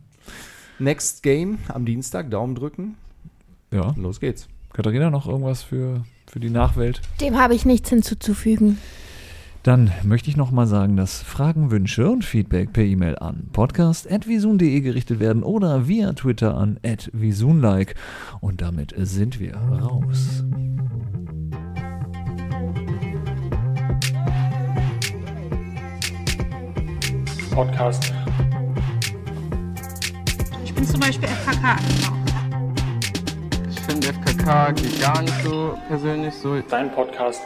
[SPEAKER 6] Next Game am Dienstag, Daumen drücken.
[SPEAKER 1] ja.
[SPEAKER 6] Los geht's.
[SPEAKER 1] Katharina, noch irgendwas für, für die Nachwelt?
[SPEAKER 7] Dem habe ich nichts hinzuzufügen.
[SPEAKER 1] Dann möchte ich nochmal sagen, dass Fragen, Wünsche und Feedback per E-Mail an podcast.visun.de gerichtet werden oder via Twitter an visunlike. Und damit sind wir raus.
[SPEAKER 3] Podcast.
[SPEAKER 4] Ich bin zum Beispiel FKK.
[SPEAKER 5] Ich finde FKK geht gar nicht so persönlich so.
[SPEAKER 3] Dein Podcast.